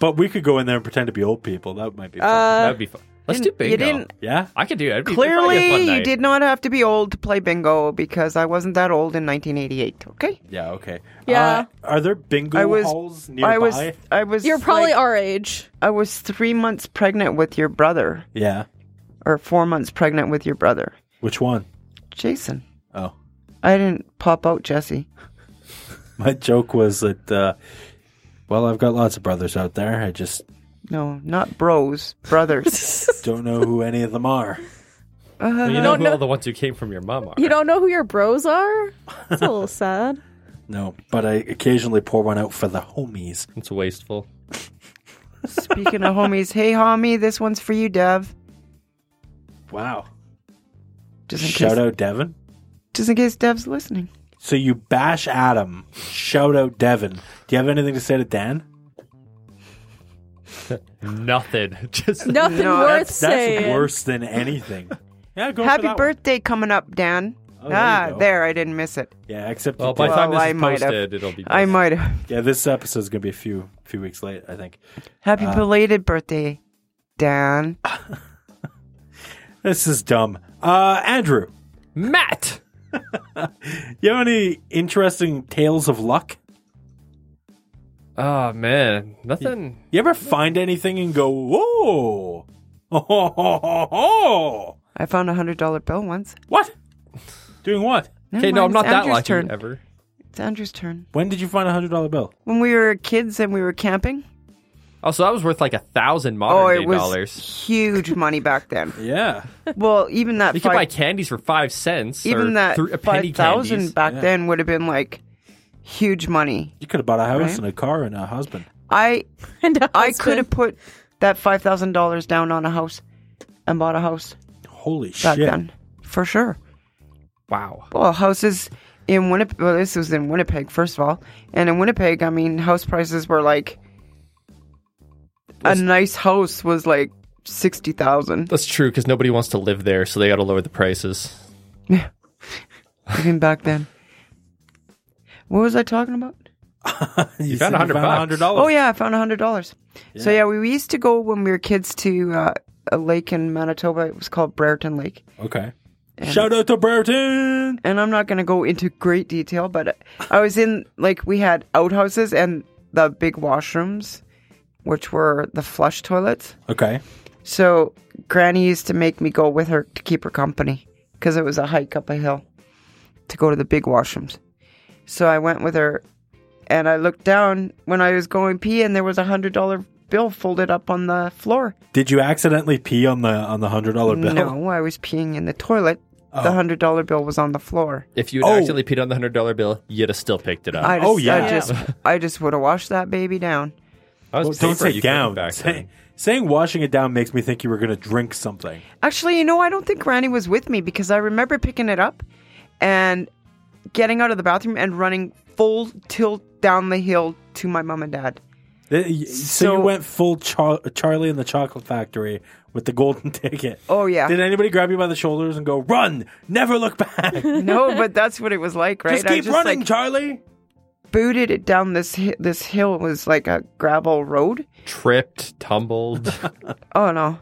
But we could go in there and pretend to be old people. That might be fun.
that
Uh,
would be fun. Let's
You
do
didn't-
bingo.
You didn't.
yeah.
I could do it. It'd be- it'd probably be a fun
Clearly, you
night.
did not have to be old to play bingo because I wasn't that old in 1988. Okay.
Yeah. Okay.
Yeah.
Uh, are there bingo
I was.
halls nearby?
I was. I was.
you're probably
like-
our age.
I was three months pregnant with your brother,
yeah.
or four months pregnant with your brother,
Which one?
Jason.
Oh,
I didn't pop out, Jesse.
my joke was that. Uh, well, I've got lots of brothers out there. I just
No, not bros, brothers.
don't know who any of them are.
Well, you know
don't
who
know-
all the ones who came from your mom are.
You don't know who your bros are? It's a little sad.
No, but I occasionally pour one out for the homies.
It's wasteful.
Speaking of homies, hey homie, this one's for you, Dev.
Wow.
Just in
Shout
case,
out Devin.
just in case Dev's listening.
So you bash Adam. Shout out Devin. Do you have anything to say to Dan?
Nothing. Just
Nothing
No,
worth
That's,
saying.
that's worse than anything. yeah, go for
Happy
that one. Oh,
birthday coming up, Dan.
there
ah,
you go.
there, I didn't miss it.
Yeah, except
Well, by the
yeah,
time this
Well, I
is
might have-
posted, it'll be.
I might have.
yeah, this episode's gonna be a few few weeks late, I think.
Happy
Ah.
belated birthday, Dan.
This is dumb. Uh, Andrew,
Matt.
you have any interesting tales of luck?
Oh man, nothing.
You ever find anything and go, whoa, oh, ho, ho, ho, ho."
I found a hundred dollar bill once.
what? Doing what?
Never
Okay, no,
mind,
I'm not
it's
that
Andrew's
lucky
Turn.
ever.
It's Andrew's turn.
When did you find a hundred dollar bill?
When we were kids and we were camping.
Oh, so that was worth like a thousand
Oh,
modern
it
day
was
dollars.
huge money back then.
Yeah,
Well, even that
You could buy
five,
candies for five cents. or
even that
three, a penny
five thousand
candies.
back
Yeah.
then would have been like huge money.
you could have bought a house
Right.
and a car and a husband.
I
And a
I
husband.
could have put that five thousand dollars down on a house and bought a house
Holy
back
shit!
then for sure.
Wow.
Well, houses in Winnipeg. Well, this was in Winnipeg, first of all, and in Winnipeg, I mean, house prices were like a nice house was like sixty thousand
That's true because nobody wants to live there, so they got to lower the prices.
even back then. What was I talking about?
You,
found
said
$100
you found $100.
Oh yeah, I found a hundred dollars. So yeah, we, we used to go when we were kids to uh, a lake in Manitoba. It was called Brereton Lake,
Okay. Shout out to Brereton.
and I'm not going to go into great detail, but I was in like we had outhouses and the big washrooms, which were the flush toilets.
Okay.
So Granny used to make me go with her to keep her company because it was a hike up a hill to go to the big washrooms. So I went with her, and I looked down when I was going pee, and there was a hundred dollar bill folded up on the floor.
Did you accidentally pee on the on the hundred dollar bill?
No, I was peeing in the toilet. The hundred dollar bill was on the floor.
If you had
Oh.
accidentally peed on the hundred dollar bill, you'd have still picked it up.
I just,
oh, yeah.
I just, I just would have washed that baby down.
I was
Well, don't
paper,
say
you couldn't
down.
back
Say-
then.
saying washing it down makes me think you were going to drink something.
Actually, you know, I don't think Granny was with me because I remember picking it up and getting out of the bathroom and running full tilt down the hill to my mom and dad.
Th- Uh, y- So,
So-
you went full Char- Charlie in the Chocolate Factory with the golden ticket.
Oh, yeah.
Did anybody grab you by the shoulders and go, "Run, never look back,
No, but that's what it was like, right?
just keep running,
like
Charlie"?
booted it down this hi- this hill. It was like a gravel road.
tripped, tumbled.
Oh no,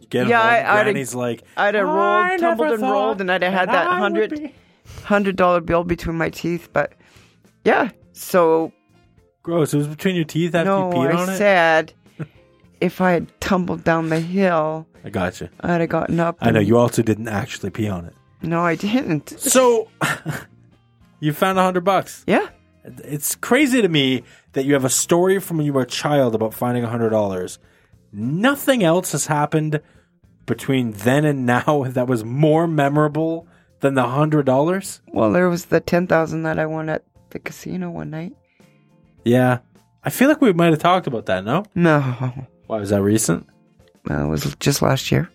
You Get
Yeah,
home,
I- I'd-
Granny's like,
I'd have
"I
rolled, tumbled,
never
and
thought
rolled, and I'd have had that
I would
hundred
be-"
hundred dollar bill between my teeth. But yeah, so
Gross! It was between your teeth after
no,
you peed
I
on it.
said if I had tumbled down the hill,
I gotcha.
I'd have gotten up.
I know
and-
you also didn't actually pee on it.
No, I didn't.
So you found a hundred bucks.
Yeah,
It's crazy to me that you have a story from when you were a child about finding a hundred dollars. Nothing else has happened between then and now that was more memorable than the hundred dollars.
well, there was the ten thousand that I won at the casino one night.
Yeah, I feel like we might have talked about that. No,
No,
why was that recent?
well, it was just last year.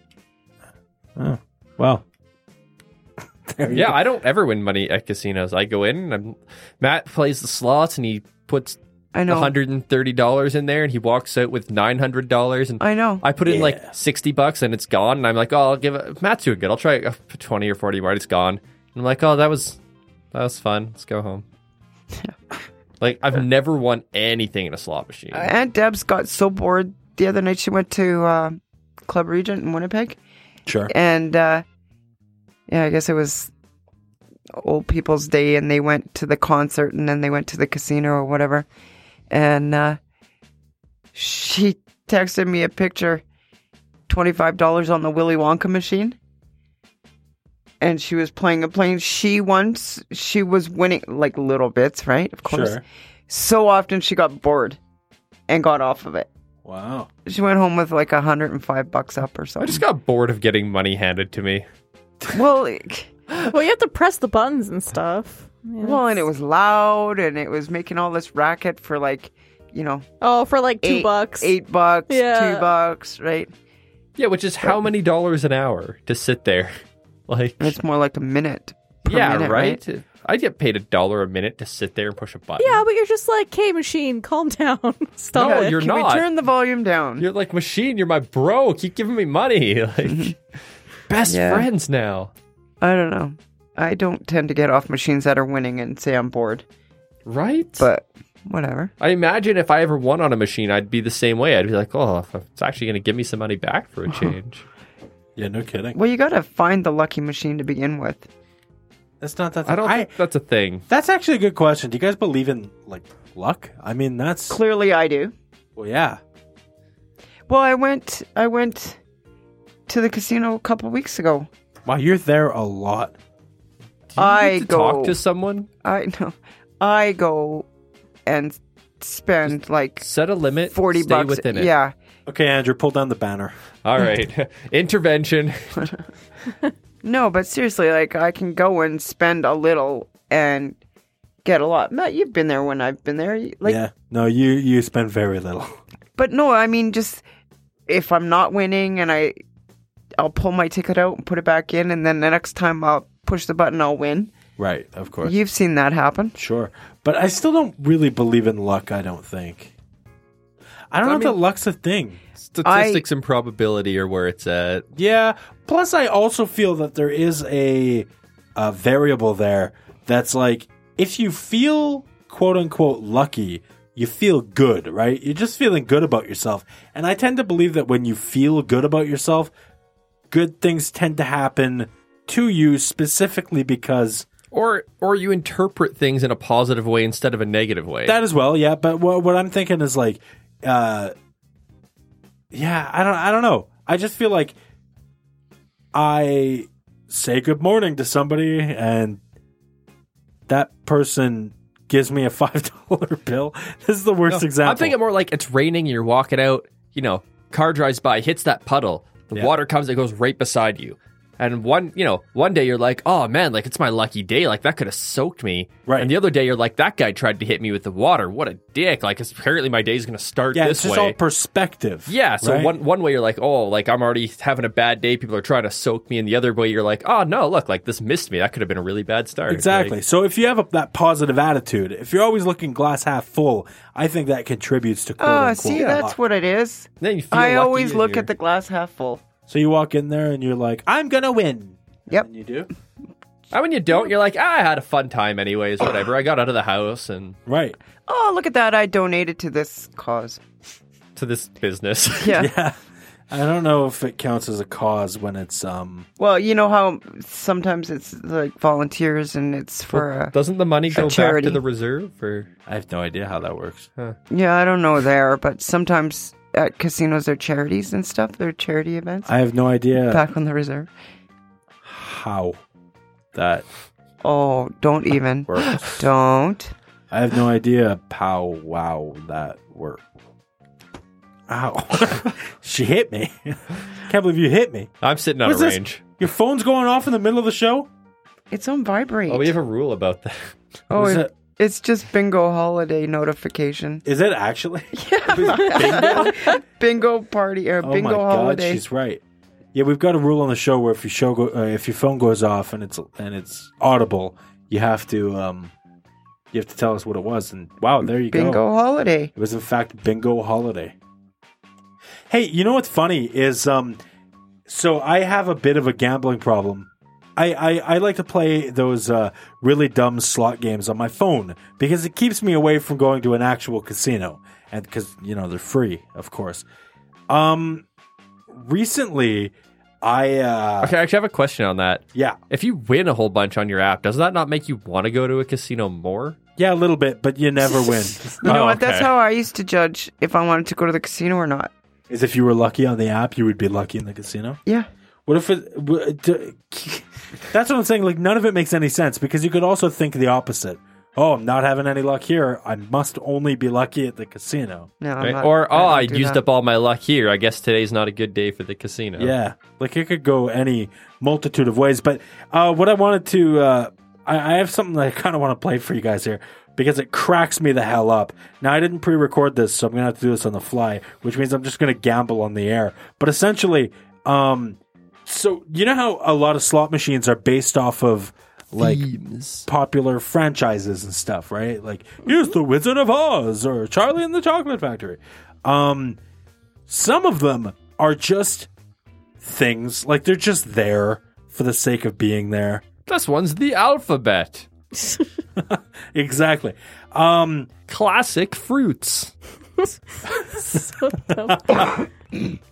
Oh, well,
Yeah, I don't ever win money at casinos. I go in and I'm, Matt plays the slots and he puts
I know.
$130 in there and he walks out with $900 and
I know.
I put in like 60 bucks and it's gone and I'm like, "Oh, I'll give it Matt's doing good. I'll try uh, 20 or 40 more. It's gone." And I'm like, "Oh, that was that was fun. Let's go home." like I've never won anything in a slot machine.
Aunt Deb's got so bored the other night. She went to uh, Club Regent in Winnipeg,
Sure.
and uh, yeah, I guess it was Old People's Day, and they went to the concert, and then they went to the casino or whatever. And uh, she texted me a picture, twenty five dollars on the Willy Wonka machine. And she was playing a plane. She once she was winning like little bits, right? Of course
Sure.
so often she got bored and got off of it.
Wow.
She went home with like 105 bucks up or
I
something.
just got bored of getting money handed to me.
well, like,
Well, you have to press the buttons and stuff. Yeah.
well, and it was loud and it was making all this racket for like, you know,
oh, for like two
eight,
bucks.
eight bucks,
Yeah.
two bucks, right?
Yeah, which is how many dollars an hour to sit there? Like
It's more like a minute. per
yeah,
minute,
right? I'd get paid a dollar a minute to sit there and push a button.
Yeah, but you're just like, hey, machine, calm down, stop
No,
it.
you're
Can
not.
we turn the volume down?
You're like machine. You're my bro. Keep giving me money. Like best
Mm-hmm. Yeah.
friends now.
I don't know. I don't tend to get off machines that are winning and say I'm bored,
Right?
but whatever.
I imagine if I ever won on a machine, I'd be the same way. I'd be like, oh, if it's actually going to give me some money back for a change.
Yeah, no kidding.
Well, you got to find the lucky machine to begin with.
That's not that.
I don't think that's a thing.
that's actually a good question. Do you guys believe in like luck? I mean, that's
Clearly, I do.
well, yeah.
Well, I went. I went to the casino a couple weeks ago.
Wow, you're there a lot.
Do you
I
need to
go.
talk to someone,
I know. I go and spend like
set a limit,
forty
stay
bucks.
within it.
Yeah,
Okay, Andrew, pull down the banner.
All right. Intervention.
no, but seriously, like I can go and spend a little and get a lot. Matt, you've been there when I've been there. You- Like,
yeah. No, you you spend very little.
but no, I mean, just if I'm not winning and I, I'll pull my ticket out and put it back in, and then the next time I'll push the button, I'll win.
Right, of course.
You've seen that happen.
Sure. But I still don't really believe in luck, I don't think. I don't know if that luck's a thing.
Statistics and probability are where it's at.
Yeah. Plus, I also feel that there is a, a variable there that's like if you feel quote unquote lucky, you feel good, right? You're just feeling good about yourself. And I tend to believe that when you feel good about yourself, good things tend to happen to you specifically because
Or or you interpret things in a positive way instead of a negative way.
that as well. Yeah. But what, what I'm thinking is like, uh, yeah, I don't, I don't know. I just feel like I say good morning to somebody and that person gives me a $5 bill. This is the worst example.
I'm thinking more like it's raining, you're walking out, you know, car drives by, hits that puddle, the
Yeah.
water comes, it goes right beside you. And one, you know, one day you're like, oh man, like it's my lucky day. Like that could have soaked me.
Right.
And the other day you're like, that guy tried to hit me with the water. What a dick. Like it's, apparently my day's going to start
yeah,
this
it's just
way.
all perspective.
yeah. So
right?
one, one way you're like, oh, like I'm already having a bad day. People are trying to soak me. And the other way you're like, oh no, look, like this missed me. That could have been a really bad start.
Exactly.
Like,
so if you have a, that positive attitude, if you're always looking glass half full, I think that contributes to quote
Oh,
unquote.
see,
luck.
that's what it is.
then you feel
I
lucky
always
and
look
you're-
at the glass half full.
So you walk in there and you're like, I'm gonna win.
Yep.
And you do.
And when you don't, you're like, ah, I had a fun time anyways, whatever. I got out of the house and
Right.
Oh, look at that. I donated to this cause.
to this business.
Yeah.
Yeah. I don't know if it counts as a cause when it's um
Well, you know how sometimes it's like volunteers and it's for a.
Doesn't the money go back
charity.
to the reserve or
I have no idea how that works.
Yeah, I don't know there, but sometimes at casinos they're charities and stuff. They're charity events.
I have no
uh,
idea
Back on the reserve.
how that
Oh, don't even.
works.
don't.
I have no idea how wow that worked. Ow. she hit me. Can't believe you hit me.
I'm sitting on
What's
a
this?
range.
Your phone's going off in the middle of the show?
It's on vibrate.
Oh, we have a rule about that.
Oh,
is,
it-
it,
it's just bingo holiday notification.
is it actually?
bingo party or
oh
bingo
my god,
Oh
holiday.
she's right. Yeah, we've got a rule on the show where if your show go, uh, if your phone goes off and it's and it's audible, you have to um, you have to tell us what it was. And wow, there you
Bingo
go.
holiday.
It was in fact bingo holiday. Hey, you know what's funny is um, so I have a bit of a gambling problem. I, I, I like to play those uh, really dumb slot games on my phone because it keeps me away from going to an actual casino and because you know they're free of course um recently i uh
Okay, I actually have a question on that.
yeah
If you win a whole bunch on your app, does that not make you want to go to a casino more?
yeah a little bit but you never win
You know
Oh,
what? That's
okay.
how I used to judge if I wanted to go to the casino or not.
is if you were lucky on the app you would be lucky in the casino
Yeah.
what if it w- d- that's what i'm saying like none of it makes any sense because you could also think the opposite oh i'm not having any luck here i must only be lucky at the casino
No. I'm
Right?
not-
or oh,
don't
I
do
used
that.
up all my luck here. I guess today's not a good day for the casino.
Yeah, like it could go any multitude of ways. But uh, what I wanted to, uh, I, I have something that I kind of want to play for you guys here because it cracks me the hell up. Now I didn't pre-record this, so I'm gonna have to do this on the fly, which means I'm just gonna gamble on the air. But essentially, um, so you know how a lot of slot machines are based off of like popular franchises and stuff, right? Like here's the Wizard of Oz or Charlie and the Chocolate Factory. Um, some of them are just things like they're just there for the sake of being there.
This one's the alphabet.
Exactly. Um,
Classic fruits.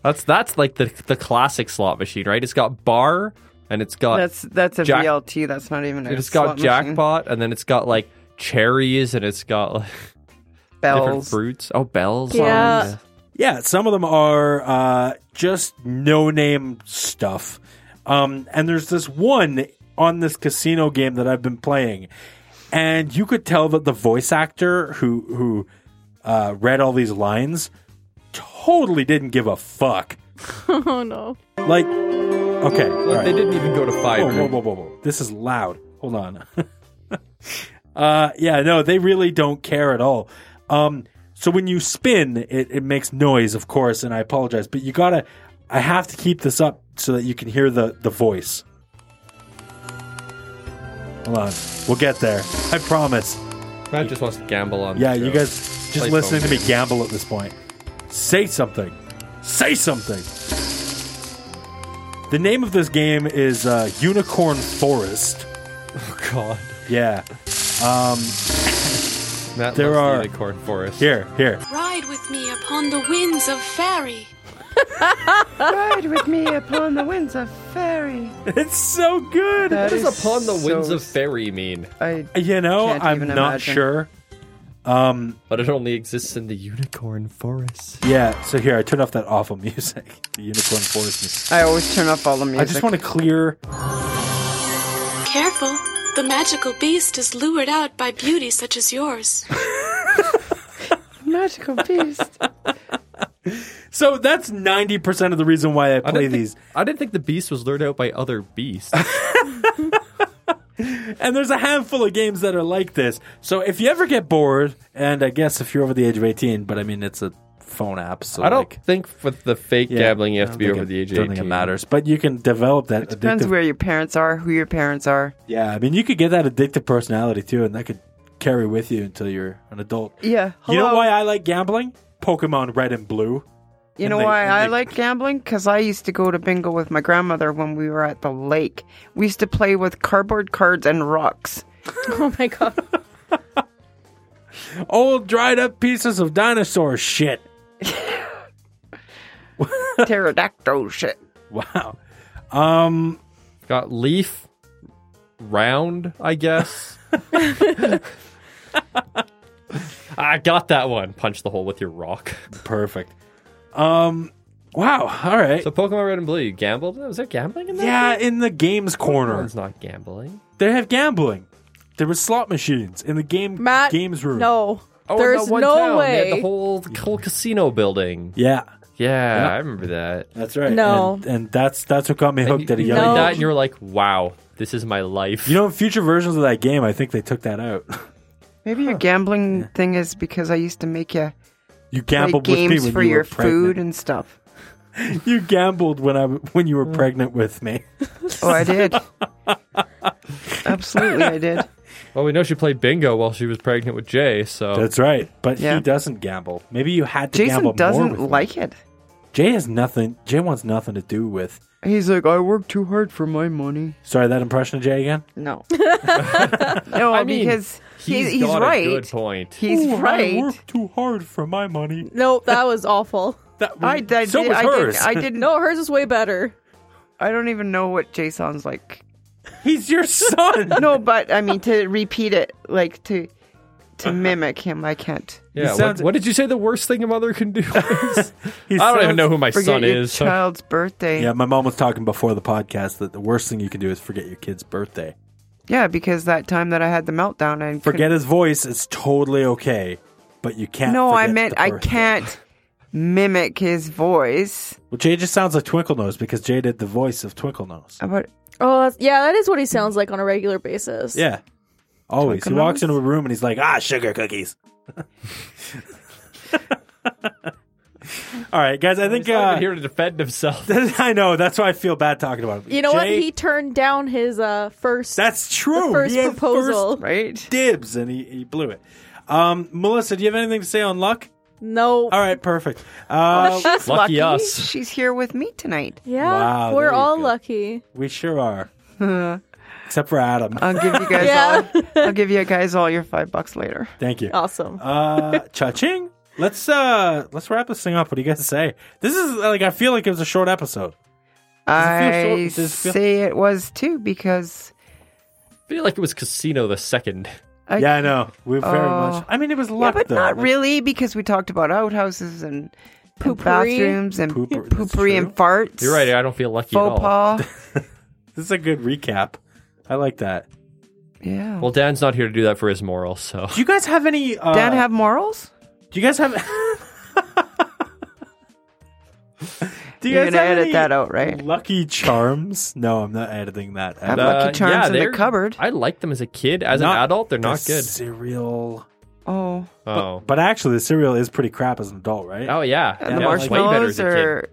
That's that's like the the classic slot machine, right? It's got bar and it's
Uh,
got
That's that's a
Jack-
VLT. That's not even. A
it's got
slot machine.
jackpot and then it's got like cherries and it's got like different
bells.
fruits. Oh, bells.
Yeah.
Oh,
yeah, some of them are uh, just no name stuff. Um, and there's this one on this casino game that I've been playing, and you could tell that the voice actor who who uh, read all these lines totally didn't give a fuck.
Oh no.
Like, okay, all
Like,
right.
They didn't even go to five.
Whoa, whoa, whoa, whoa, whoa. This is loud. Hold on. uh, yeah, no, they really don't care at all. Um, so when you spin, it, it makes noise, of course, and I apologize, but you gotta, I have to keep this up so that you can hear the, the voice. Hold on. We'll get there. I promise.
Matt just wants to gamble on.
Yeah, you
the show.
guys just
Play
listening
phone
to me gamble at this point. Say something. Say something. The name of this game is uh, Unicorn Forest.
Oh, God.
Yeah.
Matt
There
loves
are-
the unicorn forest.
Here, here.
Ride with me upon the winds of fairy.
Ride with me upon the winds of fairy.
It's so good.
That
What
is
does upon the winds
so-
of fairy mean?
I
you know,
Can't
I'm
even
not
imagine.
sure.
But it only exists in the unicorn forest.
Yeah, so here, I turn off that awful music. The Unicorn Forest music.
I always turn off all the music.
I just want to clear.
Careful, the magical beast is lured out by beauty such as yours.
magical beast.
So that's 90% of the reason why I
I
play
didn't think-
these.
I didn't think the beast was lured out by other beasts.
And there's a handful of games that are like this. So if you ever get bored, and I guess if you're over the age of 18, but I mean, it's a phone app, so
I don't
like,
think with the fake
yeah,
gambling you
I
have to
don't
be
think
over
it-
the age of
don't
18.
think it matters. But you can develop that
Depends
addictive
where your parents are, who your parents are.
Yeah, I mean, you could get that addictive personality too, and that could carry with you until you're an adult.
Yeah.
You know
hello.
why I like gambling? Pokemon Red and Blue.
You
And
know
they-
why
and
I
they-
like gambling? Because I used to go to bingo with my grandmother when we were at the lake. We used to play with cardboard cards and rocks.
Oh my god.
Old dried up pieces of dinosaur shit.
Pterodactyl shit.
Wow. Um,
Got leaf, round, I guess. I got that one. Punch the hole with your rock.
perfect. Um, wow. All right.
So Pokemon Red and Blue, you gambled? Was there gambling in that?
yeah, in the games corner,
It's not gambling.
they have gambling. There were slot machines in the game
Matt
games room.
No.
Oh, in
There's
that one
no
town, They
way.
had the whole, the whole casino building.
Yeah,
Yeah, I remember that.
that's right.
No.
and, and that's that's what got me hooked at a
you
young
No.
played
age.
that and you were like, wow, this is my life.
You know, in future versions of that game, I think they took that out.
Maybe your gambling thing is because I used to make you
You
play
gambled with me
games
when
for
you were
your
pregnant.
food and stuff.
you gambled when I when you were pregnant with me.
Oh, I did. Absolutely, I did.
Well, we know she played bingo while she was pregnant with Jay, so
That's right. But
Yeah.
he doesn't gamble. Maybe you had to gamble
Jason
more
doesn't
with him.
like it.
Jay has nothing. Jay wants nothing to do with.
He's like, I work too hard for my money.
Sorry, that impression of Jay again.
No, no,
I mean,
because he's, he's
got
right.
a good point.
He's right.
too hard for my money.
No, that was awful.
That,
I, I,
so
did,
was
I,
hers.
Did, I didn't.
No, hers is way better.
I don't even know what Jay sounds like.
He's your son.
No, but I mean to repeat it, like to to mimic him, I can't.
yeah, what-
sounds-
what, did you say the worst thing a mother can do? is?
He
I don't
sounds-
even know who my
Forget
son
your
is. so-
child's birthday.
Yeah, my mom was talking before the podcast that the worst thing you can do is forget your kid's birthday.
Yeah, because that time that I had the meltdown and
Forget his voice. It's totally okay, but you can't.
No, I
forget
meant
the
I
birthday.
can't mimic his voice.
Well, Jay just sounds like Twinkle Nose because Jay did the voice of Twinkle Nose.
About
Oh, that's, yeah, that is what he sounds like on a regular basis.
Yeah. Always. he
Twinkle
walks
Nose?
into a room and he's like, ah, sugar cookies. All right, guys, I think.
He's not
Uh,
even here to defend himself.
I know. That's why I feel bad talking about him.
You know what?
Jay-
He turned down his uh first
That's true.
the first
He had
proposal.
right.
first dibs and he, he blew it. Um, Melissa, do you have anything to say on luck?
No.
All right, perfect. Uh,
She's
Lucky
lucky,
us.
She's here with me tonight.
Yeah,
Wow, there
we're
you
all
go.
lucky.
we sure are. Except for Adam.
I'll give you guys
Yeah.
all. I'll give you guys all your five bucks later.
Thank you.
Awesome.
Uh, cha-ching. Let's uh let's wrap this thing up. What do you guys say? This is like I feel like it was a short episode. feel
I
short? Does it feel-
say it was too because
I feel like it was Casino the second.
I
Yeah, I know. We very
Oh.
much. I mean, it was
Yeah,
luck
but
though.
not
Like,
really because we talked about outhouses and, and
Poopery.
bathrooms and
Pooper-
poopery,
that's true.
and farts.
You're right. I don't feel lucky
Faux
at all.
pas.
This is a good recap. I like that.
Yeah.
Well, Dan's not here to do that for his moral, so
Do you guys have any? Uh,
Dan have morals?
Do you guys have? do you
You're
guys
gonna
have
edit
any
that out, right?
Lucky charms? No, I'm not editing that.
Have
out.
luck- Lucky Charms in the
Uh, they're-
cupboard.
I liked them as a kid. As an adult, they're
the
not good.
Cereal,
Oh,
Oh,
but actually, the cereal is pretty crap as an adult, right?
oh yeah.
and
yeah,
the
it was way better
marshmallows
as a kid.
are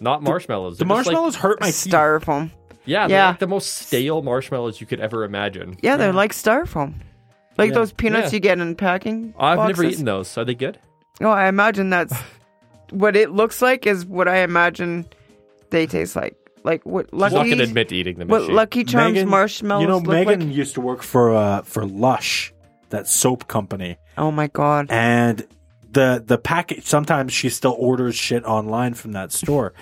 Not marshmallows.
the
They're just like-
marshmallows hurt my teeth.
styrofoam.
yeah, they're
yeah.
like the most stale marshmallows you could ever imagine.
Yeah, they're like styrofoam, like
Yeah.
those peanuts
Yeah.
you get in packing.
I've never
boxes.
eaten those. Are they good?
Oh, I imagine that's what it looks like. Is what I imagine they taste like. Like what
Lucky, not
lucky
gonna admit to eating them.
what
What,
Lucky Charms
Megan-
marshmallows
You know,
look
Megan
like.
used to work for uh, for Lush, that soap company,
Oh my god!
and the the package. Sometimes she still orders shit online from that store.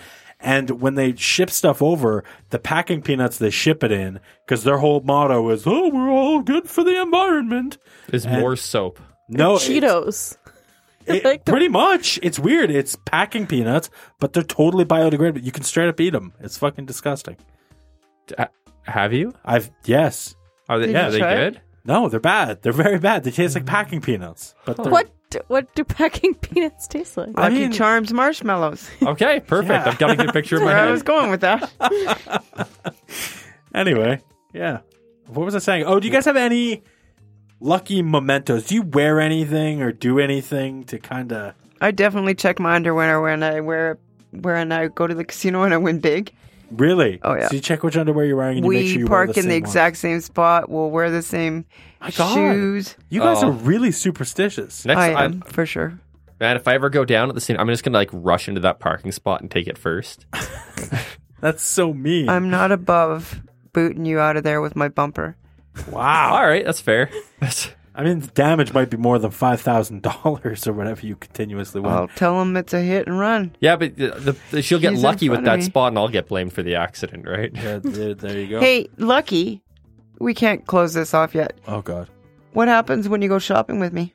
And when they ship stuff over, the packing peanuts they ship it in because their whole motto is "Oh, we're all good for the environment."
is more soap?
No, Oh, it's-
Cheetos.
it-
Like the-
pretty much. It's weird. It's packing peanuts, but they're totally biodegradable. You can straight up eat them. It's fucking disgusting.
D- ha- Have you?
I've yes,
Are they?
Did
Yeah,
you
are they
try it?
good?
no, they're bad. They're very bad. They taste like packing peanuts. But they're-
What do, what do packing peanuts taste like?
I
Lucky
mean-
Charms marshmallows.
Okay, perfect. I've got a good picture in my
Where I was
head.
going with that?
Anyway, yeah. What was I saying? Oh, do you guys have any lucky mementos? Do you wear anything or do anything to kind of?
I definitely check my underwear when I wear when I go to the casino and I win big.
Really?
Oh, yeah.
So you check which underwear you're wearing and you make
we
sure you wear
park
the
in the
same
exact same spot. We'll wear the same
My God.
shoes.
One. You guys
Oh.
are really superstitious.
Next,
I
I
am for sure.
man, if I ever go down at the scene, I'm just gonna like rush into that parking spot and take it first.
That's so mean.
I'm not above booting you out of there with my bumper.
wow.
All right, that's fair.
I mean, the damage might be more than five thousand dollars or whatever you continuously win.
I'll tell them it's a hit and run.
yeah, but the, the, she'll get
He's in
lucky with
front of
that
me.
spot, and I'll get blamed for the accident, right?
Yeah, there, there you go.
Hey, Lucky, we can't close this off yet.
Oh god.
What happens when you go shopping with me?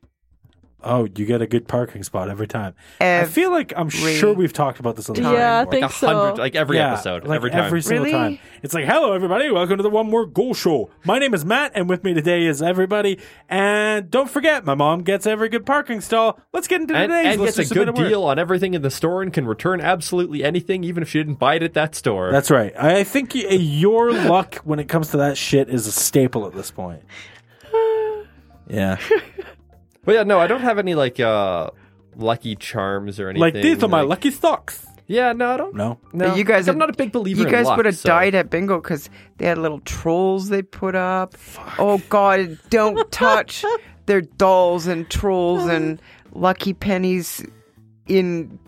Oh, you get a good parking spot every time. I
Ev-
feel like I'm sure we've talked about this on the
time.
Yeah, I
Like,
think
A
so.
hundred, like every
Yeah,
episode,
like
every time.
Every single
Really?
time. It's like, hello, everybody. Welcome to the One More Goal Show. My name is Matt, and with me today is everybody. And don't forget, my mom gets every good parking stall. Let's get into
and,
today's.
and
Let's
gets a
just submit
good
word.
deal on everything in the store and can return absolutely anything, even if she didn't buy it at that store.
That's right. I think y- eh, your luck when it comes to that shit is a staple at this point. Yeah.
but yeah, no, I don't have any like uh lucky charms or anything.
like, these are my
like-
lucky socks.
Yeah, no, I don't.
No.
no.
you guys
Like, I'm
have-
not a big believer.
You
in
guys
luck,
would have
so-
died at bingo because they had little trolls they put up. Oh God! Don't touch their dolls and trolls and lucky pennies in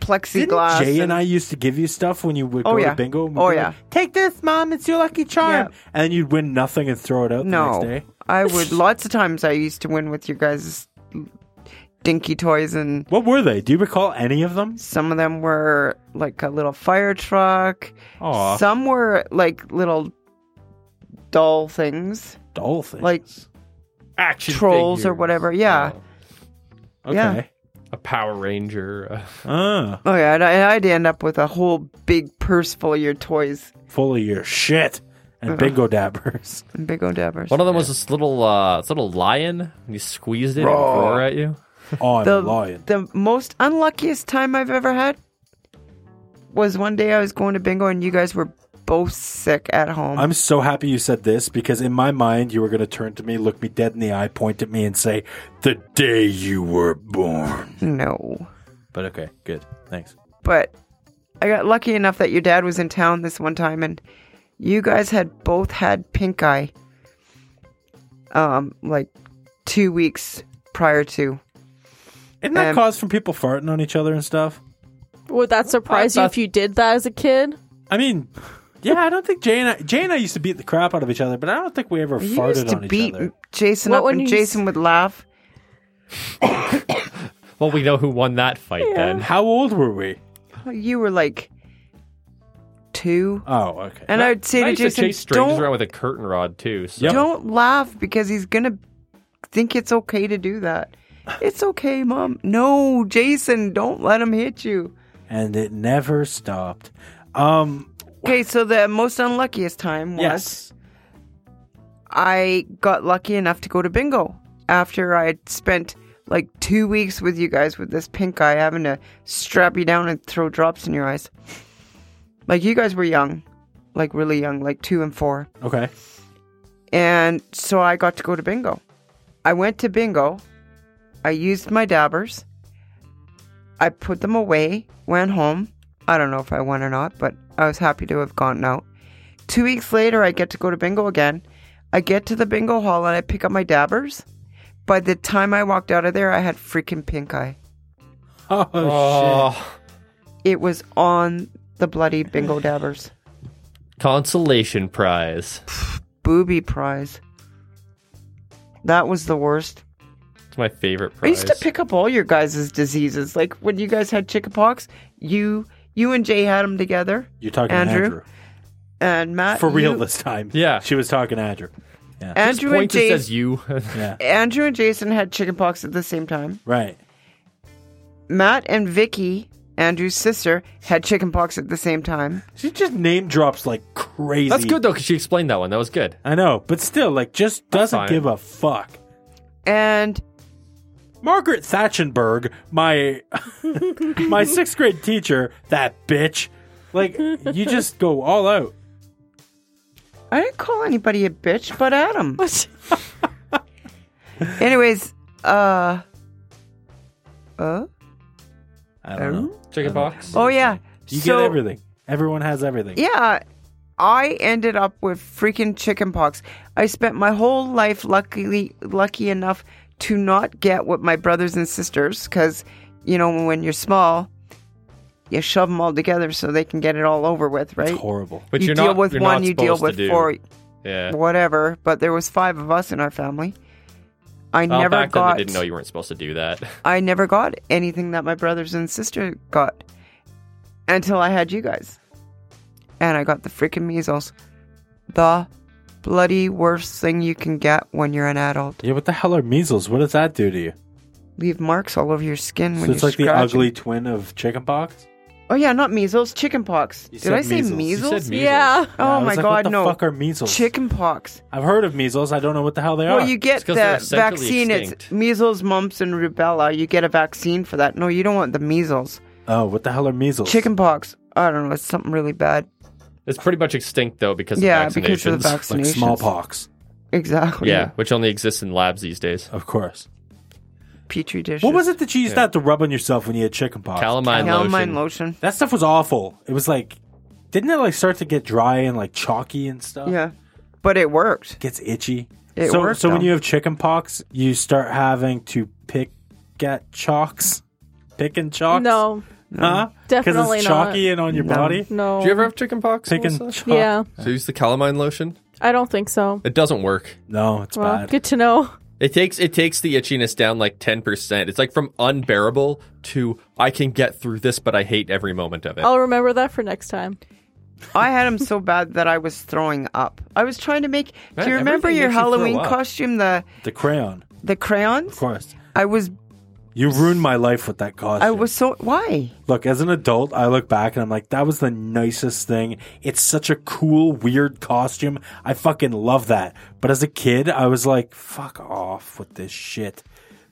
plexiglass.
Jay and I used to give you stuff when you would
Oh,
go
yeah.
to bingo. We'd
Oh,
be
yeah.
like, Take this, mom. It's your lucky charm.
Yeah.
And then you'd win nothing and throw it out
no,
the next day.
I would. Lots of times I used to win with you guys' dinky toys, and
What were they? Do you recall any of them?
some of them were like a little fire truck.
Aw.
Some were like little doll things,
Doll things.
like
Action
trolls or
figures.
whatever. Yeah.
Oh,
okay.
yeah.
a Power Ranger. uh,
Ah,
Oh yeah, and I- and I'd end up with a whole big purse full of your toys
full of your shit
Uh-huh.
and bingo dabbers.
and big odavers.
One of them was this little, uh, this little lion. And you squeezed it and
Roar.
roar at you.
Oh, I'm
the
lying.
the most unluckiest time I've ever had was one day I was going to bingo and you guys were both sick at home.
I'm so happy you said this because in my mind you were going to turn to me, look me dead in the eye, point at me, and say, "The day you were born."
no,
But okay, good. Thanks.
but I got lucky enough that your dad was in town this one time and you guys had both had pink eye. Um, like two weeks prior to.
Isn't that
Um,
caused from people farting on each other and stuff?
Would that surprise you if you did that as a kid?
I mean, yeah, I don't think Jay and I, Jay and I used to beat the crap out of each other, but I don't think we ever
You
farted
used to
on
beat
each other.
Jason
What
up
when
and
you
Jason would laugh.
Well, we know who won that fight then.
How old were we?
You were like two.
Oh, okay.
And I would say
I
to
used to
Jason,
chase strangers
don't,
around with a curtain rod too. So.
Yep.
don't laugh because he's going to think it's okay to do that. It's okay, Mom. No, Jason, don't let him hit you.
and it never stopped. Um,
Okay, so the most unluckiest time was
yes.
I got lucky enough to go to bingo after I had spent like two weeks with you guys with this pink eye having to strap you down and throw drops in your eyes. Like you guys were young, like really young, like two and four.
Okay.
And so I got to go to bingo. I went to bingo. I used my dabbers. I put them away, went home. I don't know if I won or not, but I was happy to have gotten out. Two weeks later, I get to go to bingo again. I get to the bingo hall and I pick up my dabbers. By the time I walked out of there, I had freaking pink eye.
Oh,
Oh,
It was on the bloody bingo dabbers.
consolation prize.
Booby prize. That was the worst.
It's my favorite
I
prize.
used to pick up all your guys' diseases. Like when you guys had chickenpox, you you and Jay had them together,
shit! You're talking
Andrew?
Andrew,
and Matt
for real
you- Uh,
this time.
Yeah.
she was talking Andrew.
Andrew and
Point that
Jay,
says you.
Yeah,
Andrew and Jason had chickenpox at the same time.
right.
Matt and Vicky, Andrew's sister, had chickenpox at the same time.
She just name drops like crazy.
That's good though, because she explained that one. That was good.
I know, but still, like, just doesn't
fine.
give a fuck.
And
Margaret Thatchenberg, my my sixth grade teacher, that bitch. Like, you just go all out.
I didn't call anybody a bitch but Adam. Anyways, uh, uh,
I don't know.
Chicken box.
oh yeah.
You
so,
get everything. Everyone has everything.
Yeah, I ended up with freaking chickenpox. I spent my whole life luckily lucky enough to not get what my brothers and sisters cuz you know when you're small you shove them all together so they can get it all over with, right?
It's horrible.
But
you
you're
deal
not,
with
you're
one,
not
you deal
supposed
with
to do.
four,
Yeah.
whatever, but there was 5 of us in our family. I
Well,
never
back then
got
they didn't know you weren't supposed to do that.
I never got anything that my brothers and sister got until I had you guys. And I got the freaking measles. The bloody worst thing you can get when you're an adult.
Yeah, what the hell are measles? What does that do to you?
Leave marks all over your skin when
So it's
you
like the
scratch
ugly
it.
twin of chickenpox.
Oh yeah, not measles, chickenpox.
You
Did
said
I say
measles.
measles?
You
You said measles.
Yeah.
Yeah, I
Oh
was
my
like,
god,
what the
no.
Fuck are measles?
Chickenpox.
I've heard of measles. I don't know what the hell they are.
Well, you get
It's 'cause they're
the
essentially
vaccine. It's
extinct.
measles, mumps, and rubella. You get a vaccine for that. No, you don't want the measles.
oh, what the hell are measles?
Chickenpox. I don't know. It's something really bad.
It's pretty much extinct though because
yeah,
of vaccinations.
because of the vaccinations.
like smallpox,
Exactly.
Yeah, which only exists in labs these days.
of course.
petri dishes.
What was it that you used not to rub on yourself when you had chickenpox?
Calamine,
Oh, Calamine
lotion.
lotion.
That stuff was awful. It was like, didn't it like start to get dry and like chalky and stuff?
Yeah, but it worked.
gets itchy.
It
so
worked,
so when
though.
you have chickenpox, you start having to pick at chalks, picking chalks.
No,
huh?
Definitely
it's
not.
chalky and on your body.
no.
Do you ever have chicken pox?
Picking
Melissa?
chalk.
Yeah,
So use the calamine lotion.
I don't think so.
It doesn't work.
No, it's
Well,
bad.
good to know.
It takes it takes the itchiness down like ten percent. It's like from unbearable to I can get through this, but I hate every moment of it.
I'll remember that for next time.
I had them so bad that I was throwing up. I was trying to make.
Man,
do you remember
everything
your
makes you throw
Halloween
up.
costume? The
The crayon,
the crayons.
of course.
I was.
You ruined my life with that costume.
I was so. Why?
Look, as an adult, I look back and I'm like, that was the nicest thing. It's such a cool, weird costume. I fucking love that. But as a kid, I was like, fuck off with this shit.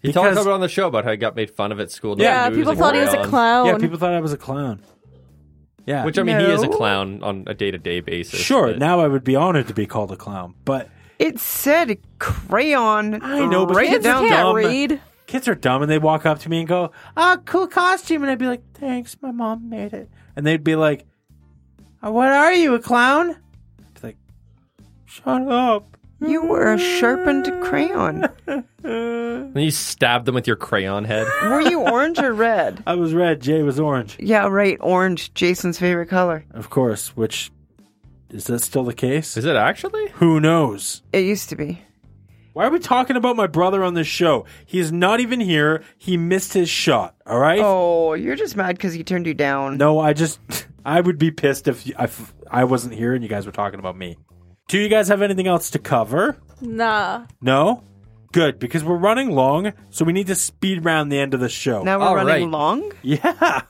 he told us about it on the show about how he got made fun of at school. Nobody
Yeah,
knew
Uh, people thought he was a clown.
yeah, people thought I was a clown. Yeah.
Which I mean, he is a
No.
clown on a day to day basis.
Sure,
but-
now I would be honored to be called a clown, but
It said crayon.
I know, but
right
kids
down.
can't
dumb.
read.
kids are dumb and they walk up to me and go, "Ah, cool costume," and I'd be like, "Thanks, my mom made it," and they'd be like, "Uh, "What are you, a clown?" I'd be like, "Shut up."
You were a sharpened crayon.
Then you stab them with your crayon head.
Were you orange or red?
I was red. Jay was orange,
Yeah, right. Orange, Jason's favorite color.
of course. Which is that still the case?
Is it actually?
Who knows?
It used to be.
Why are we talking about my brother on this show? He's not even here. He missed his shot. All right.
Oh, you're just mad because he turned you down.
No, I just I would be pissed if you- if I wasn't here and you guys were talking about me. Do you guys have anything else to cover?
Nah.
No? Good, because we're running long, so we need to speed round the end of the show.
Now we're
All
running
right.
long.
yeah.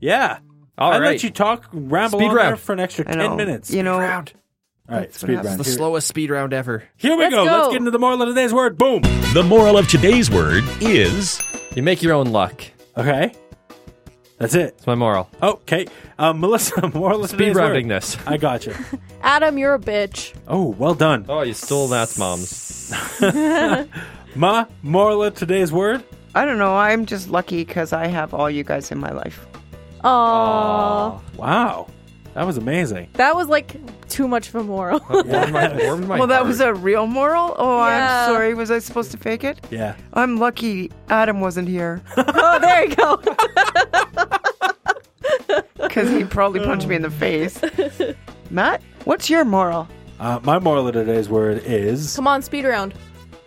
Yeah.
All
I
right.
let you talk ramble
Speed
on there
round.
for an extra
I
10
know.
minutes.
You know,
All right,
That's what
speed
happens.
round.
the
Here,
slowest speed round ever.
here we
Let's
go. Let's
go.
get into the moral of today's word. Boom.
The moral of today's word is
You make your own luck.
Okay. That's it.
It's my moral.
Okay. Um, Melissa, moral of
Speed
today's
rounding
word.
this.
I got you.
Adam, you're a bitch.
Oh, well done.
Oh, you stole that, moms.
Ma, moral of today's word?
I don't know. I'm just lucky because I have all you guys in my life.
Aww.
Wow. That was amazing.
That was like too much of a moral.
Warmed my, warmed my
well, that
heart.
was a real moral. Oh,
Yeah.
I'm sorry. Was I supposed to fake it?
Yeah.
I'm lucky Adam wasn't here
oh, there you go.
because he probably punched me in the face. Matt, what's your moral?
Uh, my moral of today's word is
Come on, speed round.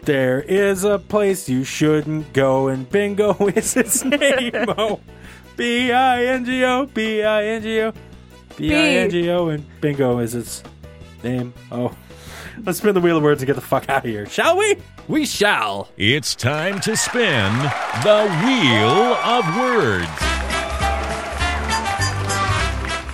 There is a place you shouldn't go, and bingo is its name. Oh, B I N G O, B I N G O, B I N G O, and bingo is its name. Oh, let's spin the wheel of words and get the fuck out of here, shall we?
We shall.
It's time to spin the wheel of words.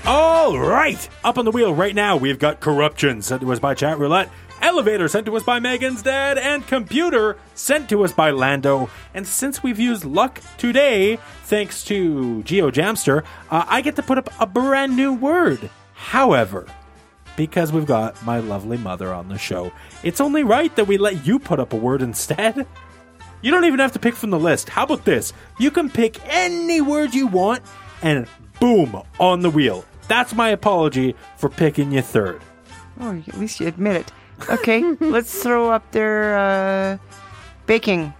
All right, up on the wheel right now, we've got corruption sent to us by chat roulette, elevator sent to us by Megan's dad, and computer sent to us by Lando. And since we've used luck today, thanks to Geo Jamster, uh, I get to put up a brand new word. However, because we've got my lovely mother on the show, it's only right that we let you put up a word instead. You don't even have to pick from the list. How about this? You can pick any word you want and boom on the wheel. That's my apology for picking you third.
Oh, at least you admit it. Okay, let's throw up their uh, baking.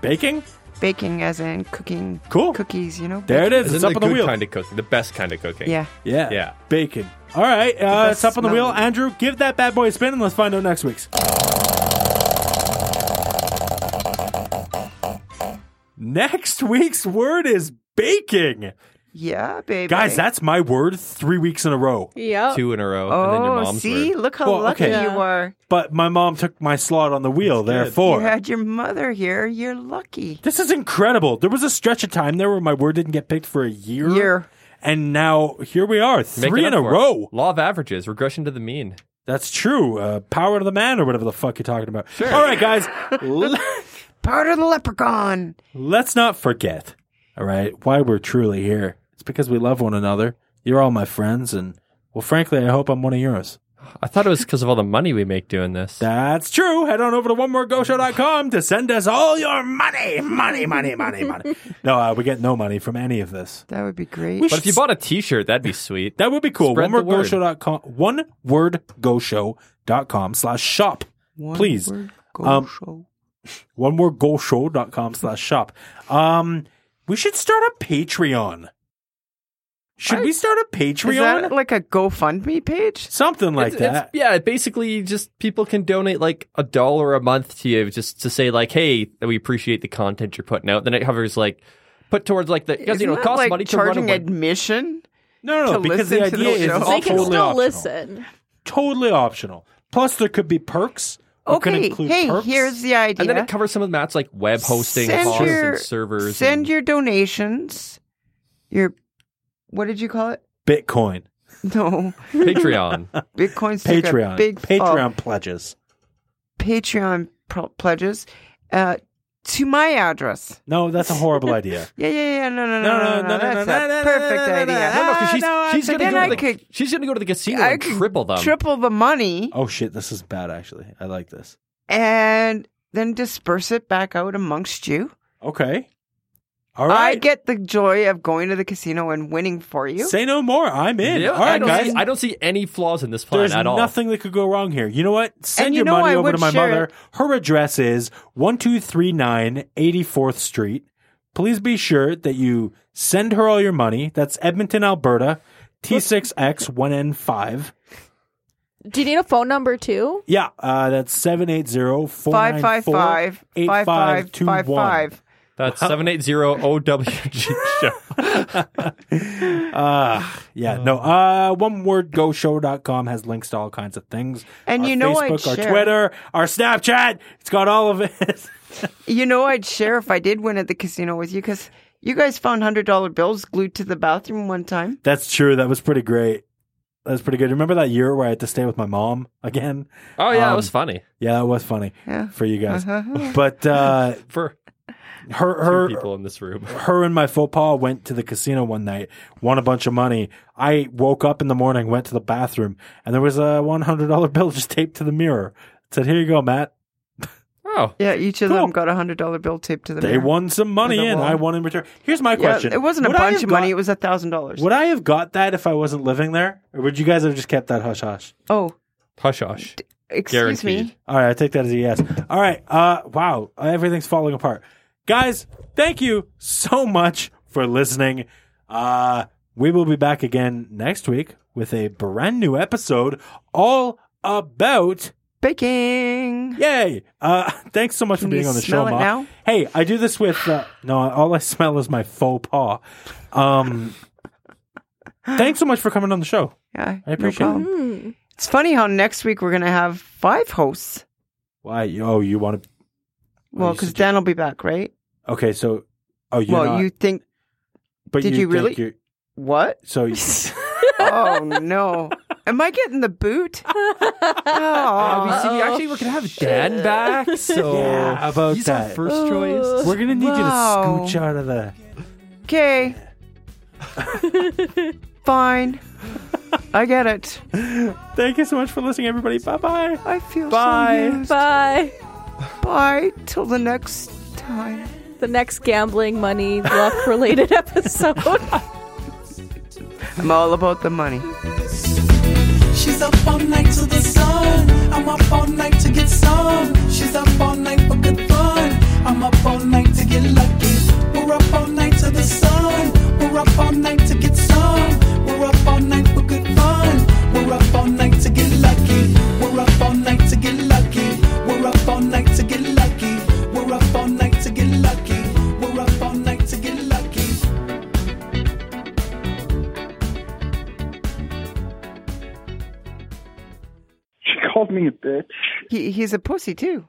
Baking?
Baking as in cooking
Cool.
cookies, you know?
There it is.
Isn't
it's
the
up on the
good
wheel.
kind of cooking, the best kind of cooking.
Yeah.
yeah.
Yeah.
Baking. All right. Uh,
best
it's up on the wheel.
smelling.
Andrew, give that bad boy a spin and let's find out next week's. Next week's word is baking.
Yeah, baby.
Guys, that's my word three weeks in a row.
Yeah.
Two in a row, and then your
Oh,
mom's
see?
word.
Look how
Well,
lucky
okay.
you are.
But my mom took my slot on the wheel, therefore.
You had your mother here. You're lucky.
This is incredible. There was a stretch of time there where my word didn't get picked for a year.
Year.
And now here we are,
Making
three in
up
a
for it.
row.
Law of averages, regression to the mean.
That's true. Uh, power to the man or whatever the fuck you're talking about. All right, guys. le-
Part of the leprechaun.
let's not forget, all right, why we're truly here. It's because we love one another. You're all my friends. And, well, frankly, I hope I'm one of yours.
I thought it was because of all the money we make doing this.
That's true. Head on over to onemorego.com to send us all your money, money, money, money, money. no, uh, we get no money from any of this.
That would be great.
But if you bought a T-shirt, that'd be sweet.
That would be cool.
Spread
One
the
word go
word.
show.com one word go show.com slash shop.
One
Please.
word, go
Um,
show.
One word go show.com slash shop. Um we should start a Patreon. Should we start a Patreon?
Is that like a GoFundMe page?
Something like
It's-
that.
it's- yeah, basically, just people can donate like a dollar a month to you, just to say like, "Hey, we appreciate the content you're putting out." Then it covers like put towards like the because
Isn't
you know it
that
costs
like
money to run a
charging
web-
admission?
no, no, no,
to
because the
listen
idea
to the
is
show.
it's
They
all
can
totally
still
optional.
listen.
Totally optional. Plus there could be perks. We could
Okay,
include
hey,
perks.
here's the idea.
and then it covers some of Matt's like web hosting
Send
costs
your-
and servers.
Send
and-
your donations. Your what did you call it?
Bitcoin.
No,
Patreon.
Bitcoin sticker,
Patreon.
big
Patreon
oh,
pledges.
Patreon pro- pledges uh, to my address.
No, that's a horrible idea.
Yeah, yeah, yeah. No, no,
No, no,
no, no, no.
no, no,
that's
no,
a
no, no,
perfect
no, no,
idea.
no,
No, no, 'cause she's,
Uh, no,
she's
I
gonna
think
go
I
to the,
could-
she's gonna go to the casino
I
and
could
triple them.
Triple the money
Oh shit, this is bad actually. I like this.
and then disperse it back out amongst you.
Okay. All right.
I get the joy of going to the casino and winning for you.
Say no more. I'm in.
Yeah,
All right,
I, don't
guys.
see, I don't see any flaws in this plan
There's
at all.
nothing that could go wrong here. You know what? Send
you
your
know
money
I
over
would
to my
share
mother.
it.
Her address is 1239 84th Street. Please be sure that you send her all your money. That's Edmonton, Alberta, T6X1N5.
Do you need a phone number too?
Yeah, uh, that's 780
Five five five five five five five.
That's seven eight zero OWG show.
Uh, yeah, no. Uh, one word go show.com has links to all kinds of things.
And
Our
you know I'd
Facebook, our
share.
Twitter, our Snapchat. It's got all of it.
You know, I'd share if I did win at the casino with you because you guys found hundred dollar bills glued to the bathroom one time.
That's true. That was pretty great. That was pretty good. Remember that year where I had to stay with my mom again?
Oh yeah,
Um,
it was funny
Yeah, that was funny
Yeah. Uh-huh.
for you guys. But uh,
for
her,
two
her,
people in this room.
her and my faux pas went to the casino one night, won a bunch of money. I woke up in the morning, went to the bathroom, and there was a one hundred dollar bill just taped to the mirror. It said, "Here you go, Matt."
Oh,
Yeah, each of
Cool.
them got a hundred dollar bill taped to the
They
mirror.
won some money
With a
and
wall.
I won in return. Here's my
Yeah,
question:
it wasn't a
Would I
bunch
have
of money; it
got-
was a thousand dollars.
Would I have got that if I wasn't living there, or would you guys have just kept that hush hush?
Oh,
hush hush.
excuse
Guaranteed.
me.
All right, I take that as a yes. All right. Uh, wow, everything's falling apart, guys. Thank you so much for listening. Uh, we will be back again next week with a brand new episode all about
Baking.
yay. Uh, thanks so much
Can
for being
you
on the
smell
show,
it
Ma.
now?
Hey, I do this with uh, no. All I smell is my faux pas. Um, thanks so much for coming on the show.
Yeah,
I appreciate it.
problem.
Hmm.
It's funny how next week we're gonna have five hosts.
Why? Oh, you want to?
Well,
you
because
suggest-
Dan will be back, right?
Okay, so oh, you're
well,
not.
you think
but
did you
think
really-
you're-
what?
so you-
oh no! Am I getting the boot?
Yeah, we
Oh,
see, actually, we're gonna have Dan back, so
Yeah, about
he's our
that.
first choice.
we're gonna need
Wow.
you to scooch out of the.
okay. Fine. I get it.
Thank you so much for listening, everybody. Bye bye.
I feel
Bye.
so used.
Bye.
Bye. Till the next time.
The next gambling money luck related episode.
I'm all about the money.
She's up all night to the sun. I'm up all night to get some. She's up all night for good fun. I'm up all night to get lucky. We're up all night to the sun. We're up all night to get some. We're up all night for good fun. We're up all night to get lucky. We're up all night to get lucky. We're up all night to get lucky. We're up all night to get lucky. We're up all night to get lucky.
She called me a bitch.
He, he's a pussy too.